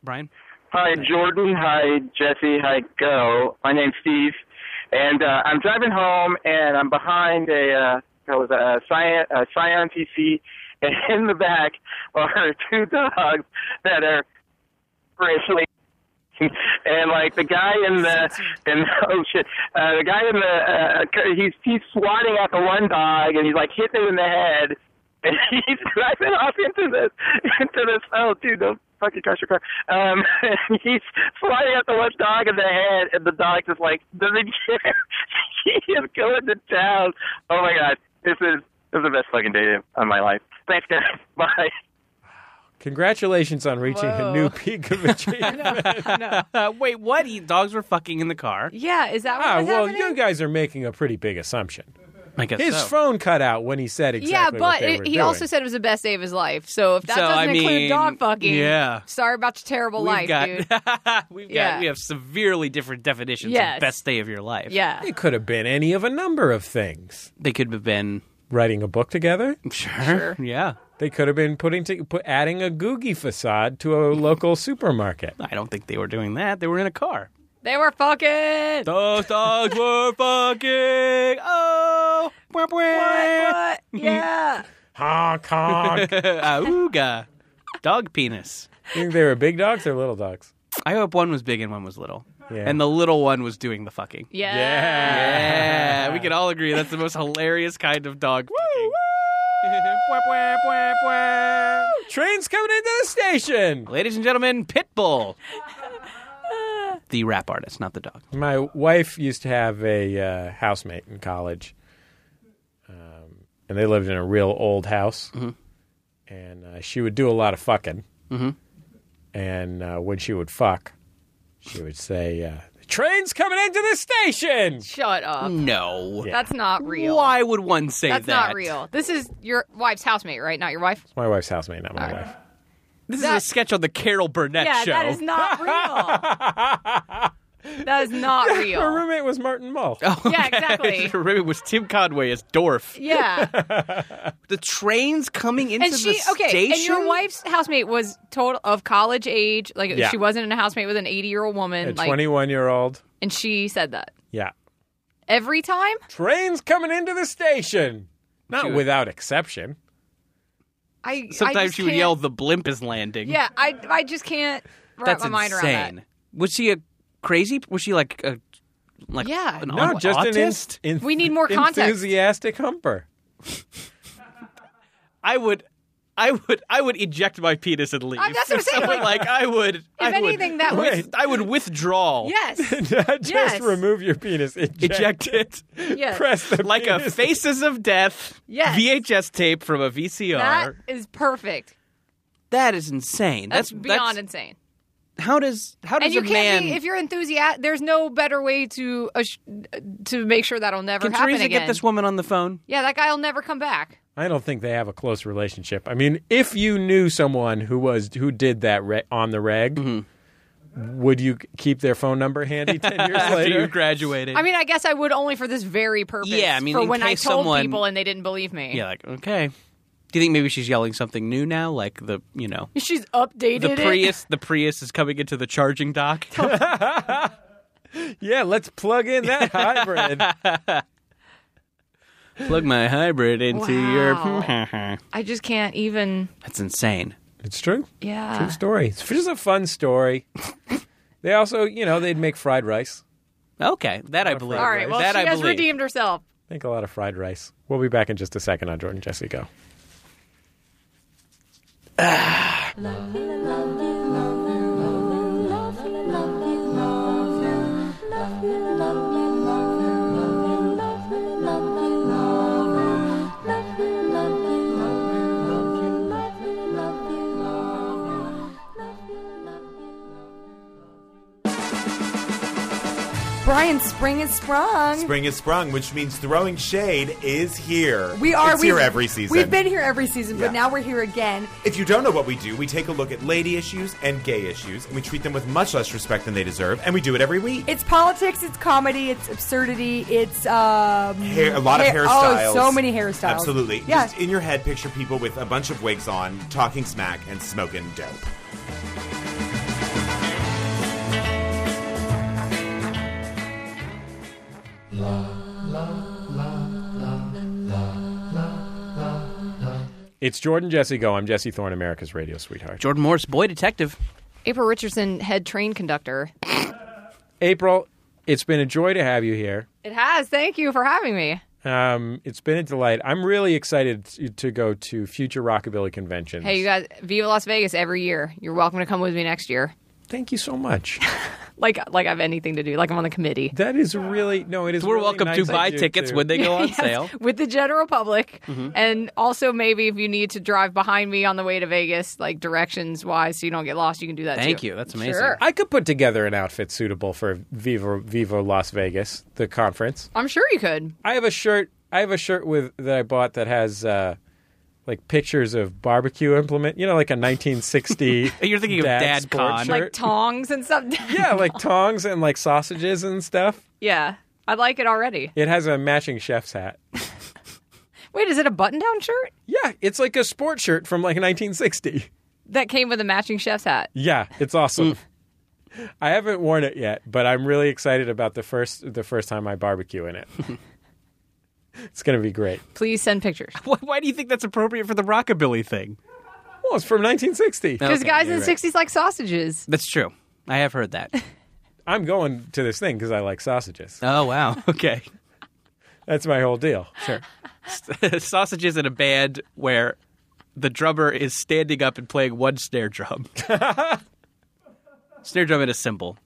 S3: Brian?
S7: Hi, Jordan. Hi, Jesse. Hi, Go. My name's Steve, and uh, I'm driving home, and I'm behind a uh, that was a Scion, a Scion TC, and in the back are [LAUGHS] two dogs that are racially. [LAUGHS] And like the guy in the [LAUGHS] in oh shit, uh, the guy in the uh, he's he's swatting at the one dog, and he's like hitting him in the head, [LAUGHS] and he's driving [LAUGHS] off into this into this oh dude don't fucking crash your car um [LAUGHS] and he's flying at the one dog in the head and the dog just like doesn't [LAUGHS] care he is going to town oh my god this is this is the best fucking day of my life thanks guys [LAUGHS] bye
S2: Congratulations on reaching a new
S4: Whoa.
S2: peak of
S4: [LAUGHS]
S2: achievement.
S3: Uh, wait, what? He, dogs were fucking in the car.
S4: Yeah, is that what
S2: ah,
S4: was
S2: well,
S4: happening?
S2: you guys are making a pretty big assumption.
S3: I guess
S2: His
S3: so.
S2: phone cut out when he said exactly
S4: yeah,
S2: what
S4: but
S2: they
S4: it,
S2: were
S4: he
S2: doing.
S4: also said it was the best day of his life. So if that
S3: So,
S4: doesn't
S3: I mean,
S4: include dog fucking,
S3: yeah.
S4: sorry about your terrible
S3: We've
S4: life,
S3: got, [LAUGHS]
S4: dude.
S3: we've got
S4: Yeah.
S3: we have severely different definitions
S4: Yes.
S3: of best day of your life.
S4: Yeah,
S2: It could have been any of a number of things.
S3: They could have been [LAUGHS]
S2: Writing a book together.
S3: sure. Yeah.
S2: They could have been putting to, put, adding a Googie facade to a local supermarket.
S3: I don't think they were doing that. They were in a car.
S4: they were fucking.
S3: Those dogs
S4: [LAUGHS]
S3: were fucking. Oh, wah, wah.
S4: What? Yeah.
S2: Honk honk. you
S3: Auga. Dog penis.
S2: think [LAUGHS] they were big dogs or little dogs?
S3: I hope one was big and one was little.
S2: Yeah.
S3: And the little one was doing the fucking.
S4: Yeah.
S3: Yeah, we can all agree that's the
S4: [LAUGHS]
S3: most hilarious kind of dog. Woo, [LAUGHS] woo.
S2: Train's coming into the station.
S3: Ladies and gentlemen,
S4: [LAUGHS]
S3: Pitbull. the rap artist, not the dog.
S2: My wife used to have a uh, housemate in college, um, and they lived in a real old house.
S4: Mm-hmm.
S2: And uh, she would do a lot of fucking. And uh, when she would fuck, she would say, uh, "The train's coming into the station."
S4: Shut up.
S3: No.
S4: That's not real.
S3: Mm, Why would one say
S4: That's
S3: that?
S4: not real. This is your wife's housemate, right? Not your wife.
S2: It's my wife's housemate, not my wife.
S3: This is a
S4: That-
S3: sketch on the Carol Burnett
S4: yeah,
S3: show.
S4: that is not real. that is not
S2: Her
S4: real.
S2: roommate was Martin Mull.
S4: Yeah, exactly.
S3: it was Tim Conway as Dorf.
S4: Yeah,
S3: The train's coming into
S4: and she
S3: the
S4: okay,
S3: station.
S4: and your wife's housemate was total of college age. Like
S2: Yeah.
S4: she wasn't in a housemate with an eighty-year-old woman.
S2: A
S4: like,
S2: twenty-one-year-old.
S4: and she said that
S2: Yeah,
S4: every time.
S2: train's coming into the station. Not
S3: Dude.
S2: without exception.
S4: I I
S3: Sometimes
S4: just
S3: she would
S4: can't-
S3: yell, "The blimp is landing."
S4: Yeah, I I just can't wrap
S3: that's
S4: my mind
S3: insane.
S4: around that.
S3: Was she a crazy? Was she like a like
S4: Yeah.
S3: an
S2: No,
S3: au-
S2: just an
S3: autist?
S2: inst- in-
S4: We need more context.
S2: Enthusiastic humper.
S3: I would. I would I would eject my penis and leave.
S4: Uh, that's what I'm saying,
S3: So, [LAUGHS]
S4: like-
S3: like I would. If I would,
S4: anything, that would-
S3: with- I would withdraw. [LAUGHS]
S4: Yes,
S2: [LAUGHS] Not just
S4: Yes.
S2: remove your penis. Eject,
S3: Eject it [LAUGHS]
S4: yes,
S2: Press the
S3: like a
S2: penis.
S3: Faces of Death
S4: Yes.
S3: VHS tape from a VCR.
S4: that is perfect.
S3: that is insane.
S4: That's,
S3: That's,
S4: beyond
S3: that's-
S4: insane.
S3: how does how does
S4: and you
S3: a man?
S4: can't be, if you're enthusiastic. There's no better way to ass- to make sure that'll never
S3: can
S4: happen
S3: Teresa
S4: again.
S3: get this woman on the phone?
S4: yeah, that guy'll never come back.
S2: [LAUGHS] I don't think they have a close relationship. I mean, if you knew someone who was who did that re- on the reg, would you keep their phone number [LAUGHS] handy ten years
S3: After you
S2: later?
S3: graduated.
S4: I mean, I guess I would only for this very purpose.
S3: Yeah, I mean,
S4: for
S3: in
S4: when I told
S3: case someone-
S4: people and they didn't believe me.
S3: yeah, like okay. Do you think maybe she's yelling something new now, like the you know
S4: she's updated
S3: the
S4: it.
S3: Prius? The Prius is coming into the charging dock.
S2: yeah, let's plug in that [LAUGHS] hybrid.
S3: Plug my hybrid into
S4: Wow.
S8: [LAUGHS]
S3: your.
S4: I just can't even.
S3: That's insane.
S2: It's true. True
S4: Yeah,
S2: story. It's just a fun story. they also, you know, they'd make fried rice.
S3: Okay, that I believe.
S4: all right. Well,
S3: that
S4: she
S3: I
S4: has
S3: believe.
S4: redeemed herself.
S2: Make a lot of fried rice. We'll be back in just a second on Jordan Jesse Go.
S9: Brian, spring is sprung.
S8: Spring is sprung, which means throwing shade is here.
S9: We are
S8: It's
S9: we've-
S8: here every season.
S9: We've been here every season, but
S8: Yeah.
S9: now we're here again.
S8: If you don't know what we do, we take a look at lady issues and gay issues, and we treat them with much less respect than they deserve, and we do it every week.
S9: It's politics, it's comedy, it's absurdity, it's um
S8: Hair, a lot of
S9: hair-
S8: hairstyles.
S9: Oh, so many hairstyles.
S8: Absolutely.
S9: Yeah.
S8: Just in your head, picture people with a bunch of wigs on, talking smack and smoking dope.
S2: It's Jordan Jesse Go. I'm Jesse Thorne, America's radio sweetheart.
S3: Jordan Morris, boy detective.
S4: April Richardson, head train conductor.
S2: April, it's been a joy to have you here.
S4: It has. Thank you for having me.
S2: Um, it's been a delight. I'm really excited to, to go to future rockabilly conventions.
S4: Hey, you guys, Viva Las Vegas every year. You're welcome to come with me next year.
S2: Thank you so much.
S4: Like, like I have anything to do. Like I'm on the committee.
S2: That is really no. It is.
S3: We're
S2: really
S3: welcome
S2: nice
S3: to
S2: of
S3: buy
S2: you
S3: tickets
S2: to-
S3: when they [LAUGHS] go on
S4: Yes,
S3: sale.
S4: with the general public,
S3: Mm-hmm.
S4: and also maybe if you need to drive behind me on the way to Vegas, like directions wise, so you don't get lost, you can do that.
S3: Thank
S4: too.
S3: you. That's amazing.
S4: Sure.
S2: I could put together an outfit suitable for Viva Viva Las Vegas, the conference.
S4: I'm sure you could.
S2: I have a shirt I have a shirt with that I bought that has uh, like pictures of barbecue implement. You know, like a 1960.
S3: [LAUGHS] You're thinking of Dad
S2: sport
S3: Con.
S2: shirt.
S4: like tongs
S3: [LAUGHS]
S4: and stuff. [LAUGHS]
S2: yeah, like tongs and like sausages and stuff.
S4: yeah. I like it already.
S2: It has a matching chef's hat.
S4: Wait, is it a button-down shirt
S2: Yeah, it's like a sport shirt from like 1960.
S4: that came with a matching chef's hat?
S2: Yeah, it's awesome. I haven't worn it yet, but I'm really excited about the first the first time I barbecue
S3: [LAUGHS]
S2: in it. it's going to be great.
S4: Please send pictures.
S3: Why, why do you think that's appropriate for the rockabilly thing?
S2: Well, it's from 1960.
S4: Because
S3: Okay,
S4: guys
S3: you're
S4: in the
S3: right.
S4: '60s like sausages.
S3: That's true. I have heard that.
S2: I'm going to this thing because I like sausages.
S3: Oh wow. [LAUGHS] Okay.
S2: That's my whole deal.
S3: Sure. Sausages in a band where the drummer is standing up and playing one snare drum. [LAUGHS] snare drum and a cymbal.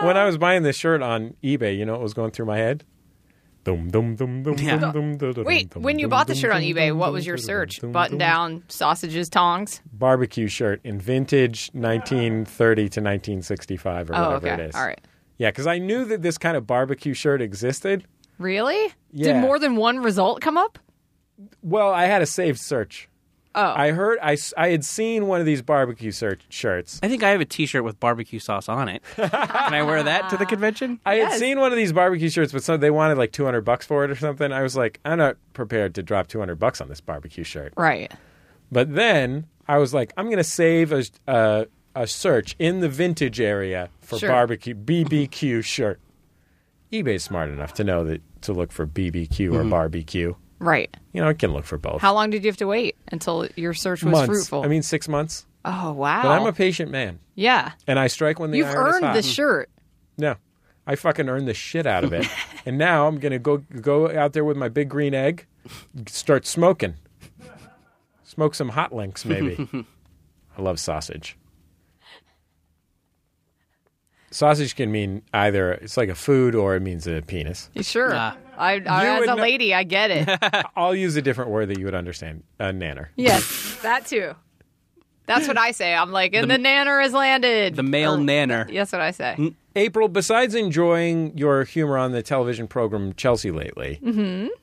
S2: When I was buying this shirt on eBay, you know what was going through my head? Dum, dum, dum, dum,
S3: Yeah.
S2: dum, dum, dum, dum,
S4: Wait,
S2: dum,
S4: when you
S2: dum,
S4: bought the
S2: dum,
S4: shirt on
S2: dum,
S4: eBay,
S2: dum,
S4: what
S2: dum,
S4: was your
S2: dum,
S4: search?
S2: dum, dum,
S4: Button down, sausages, tongs.
S2: barbecue shirt in vintage 1930 to 1965 or
S4: Ah. Oh,
S2: whatever
S4: okay.
S2: it is.
S4: All right.
S2: Yeah, because I knew that this kind of barbecue shirt existed.
S4: Really?
S2: Yeah.
S4: Did more than one result come up?
S2: Well, I had a saved search.
S4: Oh.
S2: I heard I, s- I had seen one of these barbecue search shirts.
S3: I think I have a T-shirt with barbecue sauce on it. Can I wear that to the [LAUGHS] convention?
S2: I had seen one of these barbecue shirts, but some, they wanted like 200 bucks for it or something. I was like, I'm not prepared to drop 200 bucks on this barbecue shirt.
S4: right.
S2: But then I was like, I'm going to save a, a a search in the vintage area for
S4: Sure.
S2: barbecue BBQ shirt. eBay's smart enough to know that to look for BBQ or barbecue.
S4: Right.
S2: You know, it can look for both.
S4: Mm-hmm. How long did you have to wait until your search was
S2: months?
S4: fruitful?
S2: I mean, six months.
S4: oh wow.
S2: But I'm a patient man,
S4: yeah.
S2: and I strike when the
S4: You've
S2: iron is
S4: earned
S2: hot.
S4: the shirt.
S2: No, I fucking earned the shit out of it, and now I'm gonna go go out there with my big green egg, start smoking, smoke some hot links maybe. I love sausage. Sausage can mean either it's like a food or it means a penis.
S4: Sure.
S3: Nah.
S4: I, I
S2: You
S4: as
S2: would
S4: a
S2: kn-
S4: lady, I
S2: [LAUGHS]
S4: get it.
S2: I'll use a different word that you would understand. A nanner.
S4: yes, that too. That's what I say. I'm like, and the, nanner has landed.
S3: The male
S4: Or-
S3: nanner.
S4: That's what I say.
S2: April, besides enjoying your humor on the television program Chelsea lately,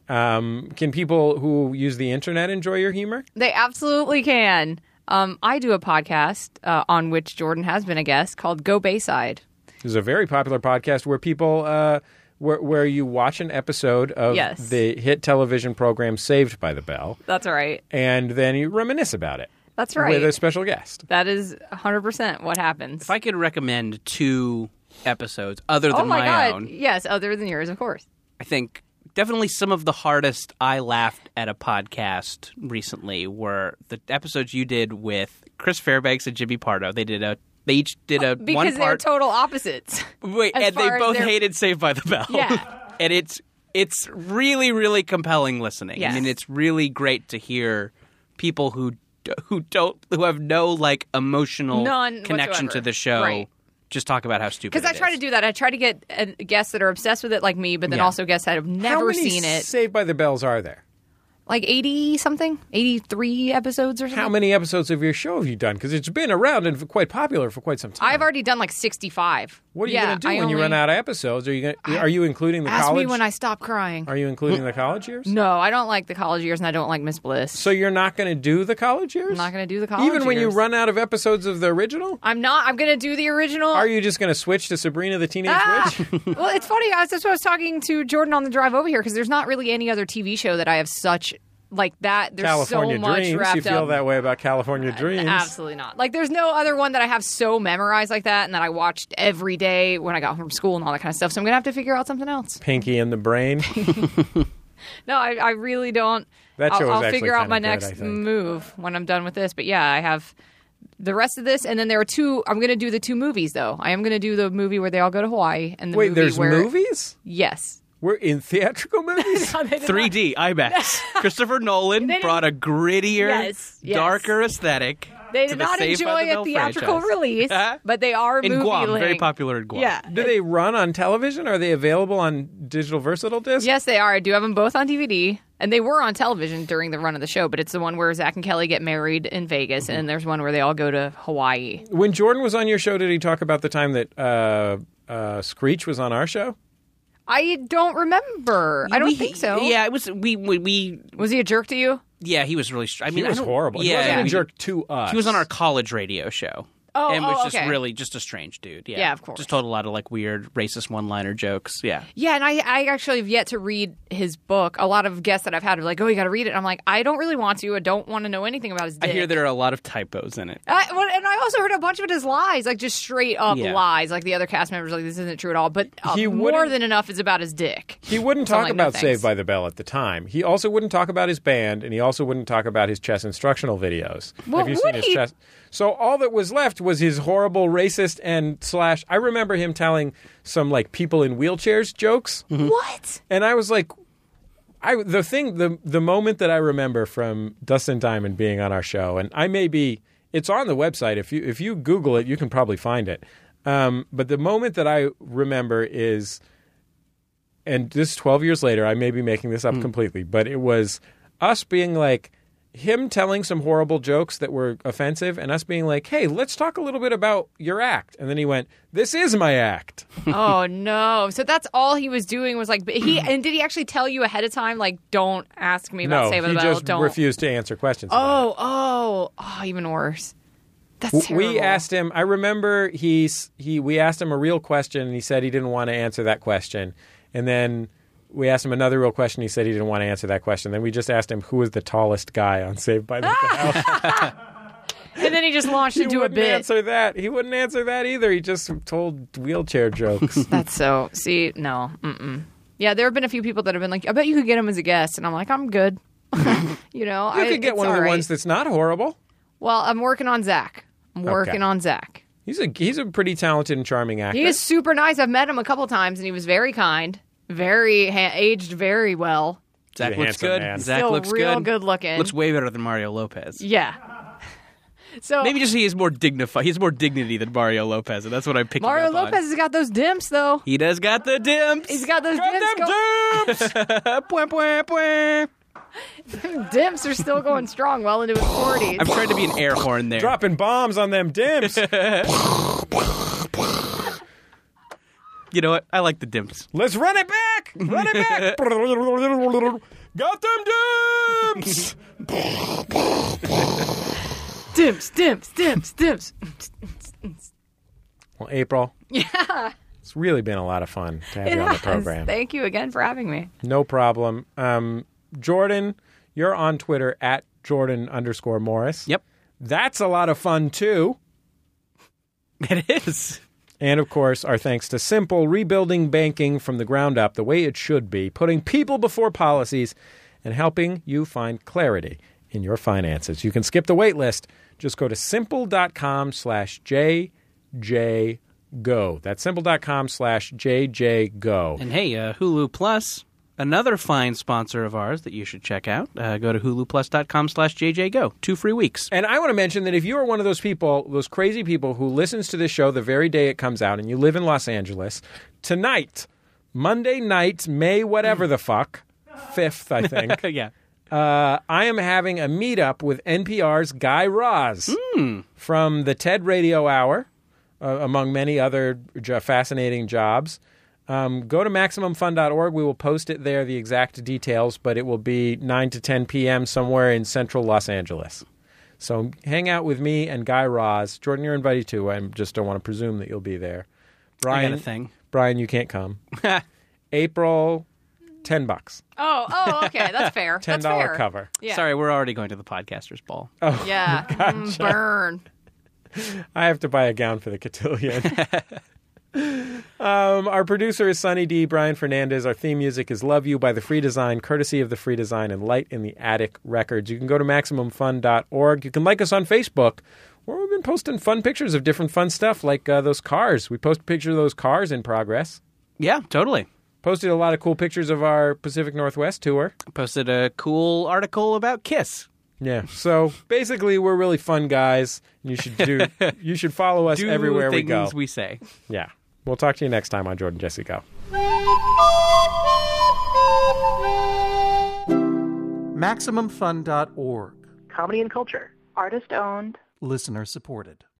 S2: um, can people who use the internet enjoy your humor?
S4: They absolutely can. Um, I do a podcast uh, on which Jordan has been a guest called Go Bayside.
S2: There's a very popular podcast where people, uh, where, where you watch an episode of
S4: Yes.
S2: the hit television program Saved by the Bell,
S4: That's right.
S2: and then you reminisce about it
S4: That's right.
S2: with a special guest.
S4: That is 100% what happens.
S3: If I could recommend two episodes other than
S4: oh my, God.
S3: own,
S4: Yes, other than yours, of course.
S3: I think definitely some of the hardest I laughed at a podcast recently were the episodes you did with Chris Fairbanks and Jimmy Pardo. They did a they each did a
S4: Uh, Because
S3: one
S4: they're
S3: part
S4: total opposites. [LAUGHS]
S3: wait,
S4: as
S3: and they
S4: far as
S3: both
S4: their-
S3: hated Saved by the Bell.
S4: Yeah.
S3: [LAUGHS] and it's it's really really compelling listening.
S4: Yes.
S3: I mean, it's really great to hear people who d- who don't who have no like emotional
S4: None
S3: connection
S4: whatsoever.
S3: to the show.
S4: Right.
S3: Just talk about how stupid.
S4: Because I
S3: it
S4: try
S3: is.
S4: to do that. I try to get uh, guests that are obsessed with it, like me, but then
S2: Yeah.
S4: also guests that have
S2: How
S4: never
S2: many
S4: seen it.
S2: Saved by the Bells are there?
S4: like 80 something, 83 episodes or something.
S2: How many episodes of your show have you done? Because it's been around and quite popular for quite some time.
S4: I've already done like 65.
S2: What are you
S4: Yeah,
S2: going to do
S4: I
S2: when you
S4: only-
S2: run out of episodes? Are you gonna, are you including the
S4: Ask
S2: college?
S4: me when I stop crying.
S2: Are you including the college years?
S4: No, I don't like the college years and I don't like Miss Bliss.
S2: So you're not going to do the college years?
S4: I'm not going to do the college
S2: Even when you
S4: years.
S2: run out of episodes of the original,
S4: I'm not. I'm going to do the original.
S2: are you [LAUGHS] just going to switch to Sabrina the Teenage
S4: Ah! [LAUGHS]
S2: Witch?
S4: well, it's funny. I was, that's what I was talking to Jordan on the drive over here because there's not really any other TV show that I have such like that. There's
S2: California
S4: so much
S2: Dreams.
S4: wrapped
S2: You feel
S4: up.
S2: that way about California Dreams?
S4: Absolutely not. Like, there's no other one that I have so memorized like that, and that I watched every day when I got home from school and all that kind of stuff. So I'm gonna have to figure out something else.
S2: Pinky and the Brain.
S4: No, I, I really don't.
S2: That show
S4: I'll,
S2: was
S4: I'll
S2: actually
S4: figure
S2: kinda
S4: out my
S2: good, I
S4: next
S2: think.
S4: move when I'm done with this. But yeah, I have the rest of this, and then there are two. I'm gonna do the two movies though. I am gonna do the movie where they all go to Hawaii, and the
S2: Wait,
S4: movie
S2: there's
S4: where
S2: movies?
S4: yes.
S2: We're in theatrical movies?
S3: 3D
S4: [LAUGHS]
S3: IMAX. Christopher Nolan
S4: didn't-
S3: brought a grittier,
S4: Yes, yes.
S3: darker aesthetic.
S4: They
S3: to
S4: did
S3: the
S4: not
S3: Saved by
S4: enjoy
S3: the Bell
S4: a theatrical
S3: franchise. [LAUGHS]
S4: release,
S3: Huh?
S4: but they are
S3: in
S4: movie
S3: Guam, very
S4: link.
S3: popular in Guam.
S4: Yeah.
S2: Do they run on television? Are they available on digital versatile disc?
S4: Yes, they are. I do have them both on DVD, and they were on television during the run of the show. But it's the one where Zach and Kelly get married in Vegas, and then there's one where they all go to Hawaii.
S2: When Jordan was on your show, did he talk about the time that uh, uh, Screech was on our show?
S4: I don't remember. I don't
S3: We-
S4: think so.
S3: Yeah, it was we we, we
S4: Was he a jerk to you?
S3: yeah he was really. Str- I mean,
S2: He
S3: I
S2: was
S3: don't-
S2: horrible.
S3: Yeah,
S2: he wasn't
S3: we-
S2: a jerk to us.
S3: He was on our college radio show.
S4: Oh,
S3: and was
S4: oh,
S3: just
S4: okay.
S3: really just a strange dude. Yeah,
S4: Yeah, of course.
S3: Just told a lot of like weird racist one-liner jokes. Yeah,
S4: Yeah, and I, I actually have yet to read his book. A lot of guests that I've had are like, "Oh, you got to read it." I'm like, I don't really want to. I don't want to know anything about his.
S3: I
S4: Dick.
S3: hear there are a lot of typos in it.
S4: I, well, and I also heard a bunch of it as lies, like just straight up
S3: Yeah.
S4: lies. Like the other cast members, are like this isn't true at all. But uh,
S2: He
S4: more
S2: wouldn't-
S4: than enough is about his dick.
S2: He wouldn't
S4: So I'm
S2: talk
S4: like, no
S2: about
S4: thanks.
S2: Saved by the Bell at the time. He also wouldn't talk about his band, and he also wouldn't talk about his chess instructional videos.
S4: Well,
S2: Have you
S4: would
S2: seen his
S4: he-
S2: chess? So all that was left was his horrible racist and slash. I remember him telling some like people in wheelchairs jokes,
S4: Mm-hmm. What?
S2: and I was like, I the thing the the moment that I remember from Dustin Diamond being on our show, and I may be it's on the website. If you if you Google it, you can probably find it. Um, but the moment that I remember is, and this twelve years later, I may be making this up completely, but it was us being like him telling some horrible jokes that were offensive, and us being like, "Hey, let's talk a little bit about your act." And then he went, "This is my act."
S4: oh no! So that's all he was doing was like but
S2: [CLEARS THROAT]
S4: he. And did he actually tell you ahead of time, like, don't ask me about
S2: no,
S4: Saved by
S2: he
S4: the Bell?
S2: just
S4: don't.
S2: refused to answer questions. about it.
S4: Oh, oh, oh! Even worse. That's Oh, terrible.
S2: We asked him. I remember he s- he we asked him a real question, and he said he didn't want to answer that question. And then we asked him another real question. He said he didn't want to answer that question. Then we just asked him who was the tallest guy on Saved by the Bell.
S4: and then he just
S2: [LAUGHS]
S4: launched
S2: he
S4: into a
S2: wouldn't
S4: bit.
S2: answer that. He wouldn't answer that either. He just told wheelchair
S4: [LAUGHS]
S2: jokes.
S4: That's so. See, no. Mm-mm. Yeah, there have been a few people that have been like, I bet you could get him as a guest. And I'm like, I'm good.
S2: [LAUGHS]
S4: you know,
S2: you
S4: I
S2: could get
S4: it's
S2: one of
S4: all
S2: the
S4: right.
S2: ones that's not horrible.
S4: Well, I'm working on Zach. I'm working on Zach.
S2: He's a he's a pretty talented and charming actor.
S4: He is super nice. I've met him a couple times and he was very kind, very ha- aged very well.
S3: Zach
S2: a
S3: looks
S2: handsome
S3: good.
S2: man.
S3: Zach
S4: Still
S3: looks
S4: real
S3: good.
S4: good looking.
S3: Looks way better than Mario Lopez.
S4: Yeah. [LAUGHS] so
S3: Maybe just he is more dignified. He has more dignity than Mario Lopez, and that's what I'm picking
S4: Mario
S3: up on.
S4: Lopez has got those dimps, though.
S3: He does got the dimps.
S4: He's got those dimps.
S2: Them
S4: go-
S3: [LAUGHS]
S2: dudes!
S3: Pwah, pwah, pwah.
S4: dimps are still going strong well into his 40s.
S3: I'm trying to be an air horn there.
S2: dropping bombs on them dimps.
S4: [LAUGHS]
S3: You know what? I like the dimps.
S2: Let's run it back. Run it
S4: [LAUGHS]
S2: back. Got them
S4: [LAUGHS]
S2: dimps.
S4: dimps, dimps, dimps, dimps.
S2: Well, April. Yeah. It's really been a lot of fun to have you on the
S4: Yes.
S2: program.
S4: Thank you again for having me.
S2: No problem. Um, Jordan, you're on Twitter at Jordan underscore Morris.
S3: Yep.
S2: That's a lot of fun too.
S3: [LAUGHS] It is.
S2: And of course, our thanks to Simple, rebuilding banking from the ground up the way it should be, putting people before policies, and helping you find clarity in your finances. You can skip the wait list. Just go to simple.com slash JJGo. That's simple.com slash JJGo.
S3: And hey, uh, Hulu Plus, another fine sponsor of ours that you should check out. Uh, go to huluplus.com slash jjgo. Two free weeks.
S2: And I want to mention that if you are one of those people, those crazy people who listens to this show the very day it comes out and you live in Los Angeles, tonight, Monday night, May whatever the fuck, 5th, I think.
S3: yeah.
S2: Uh, I am having a meetup with NPR's Guy Raz
S3: Hmm.
S2: from the TED Radio Hour, uh, among many other jo- fascinating jobs. Um, go to MaximumFun.org. We will post it there, the exact details, but it will be 9 to 10 p.m. somewhere in central Los Angeles. So hang out with me and Guy Raz. Jordan, you're invited too. I just don't want to presume that you'll be there.
S3: I
S2: Brian,
S3: got a thing.
S2: Brian, you can't
S3: [LAUGHS]
S2: come. April, 10 bucks.
S4: Oh, oh, okay, that's fair.
S2: $10
S4: that's fair.
S2: cover.
S4: Yeah.
S3: Sorry, we're already going to the podcasters ball.
S4: Yeah. Mm, burn.
S2: I have to buy a gown for the cotillion. [LAUGHS] um, our producer is Sonny D. Brian Fernandez. Our theme music is Love You by The Free Design, courtesy of The Free Design and Light in the Attic Records. You can go to MaximumFun.org. You can like us on Facebook, where we've been posting fun pictures of different fun stuff, like uh, those cars. We post pictures of those cars in progress.
S3: Yeah, totally.
S2: Posted a lot of cool pictures of our Pacific Northwest tour.
S3: Posted a cool article about Kiss.
S2: Yeah. So basically, we're really fun guys. You should
S3: [LAUGHS]
S2: do. you should follow us
S3: Do
S2: everywhere we
S3: things
S2: go.
S3: we say.
S2: Yeah. We'll talk to you next time on Jordan Jesse Go.
S10: MaximumFun.org.
S11: Comedy and culture.
S6: Artist owned.
S10: Listener supported.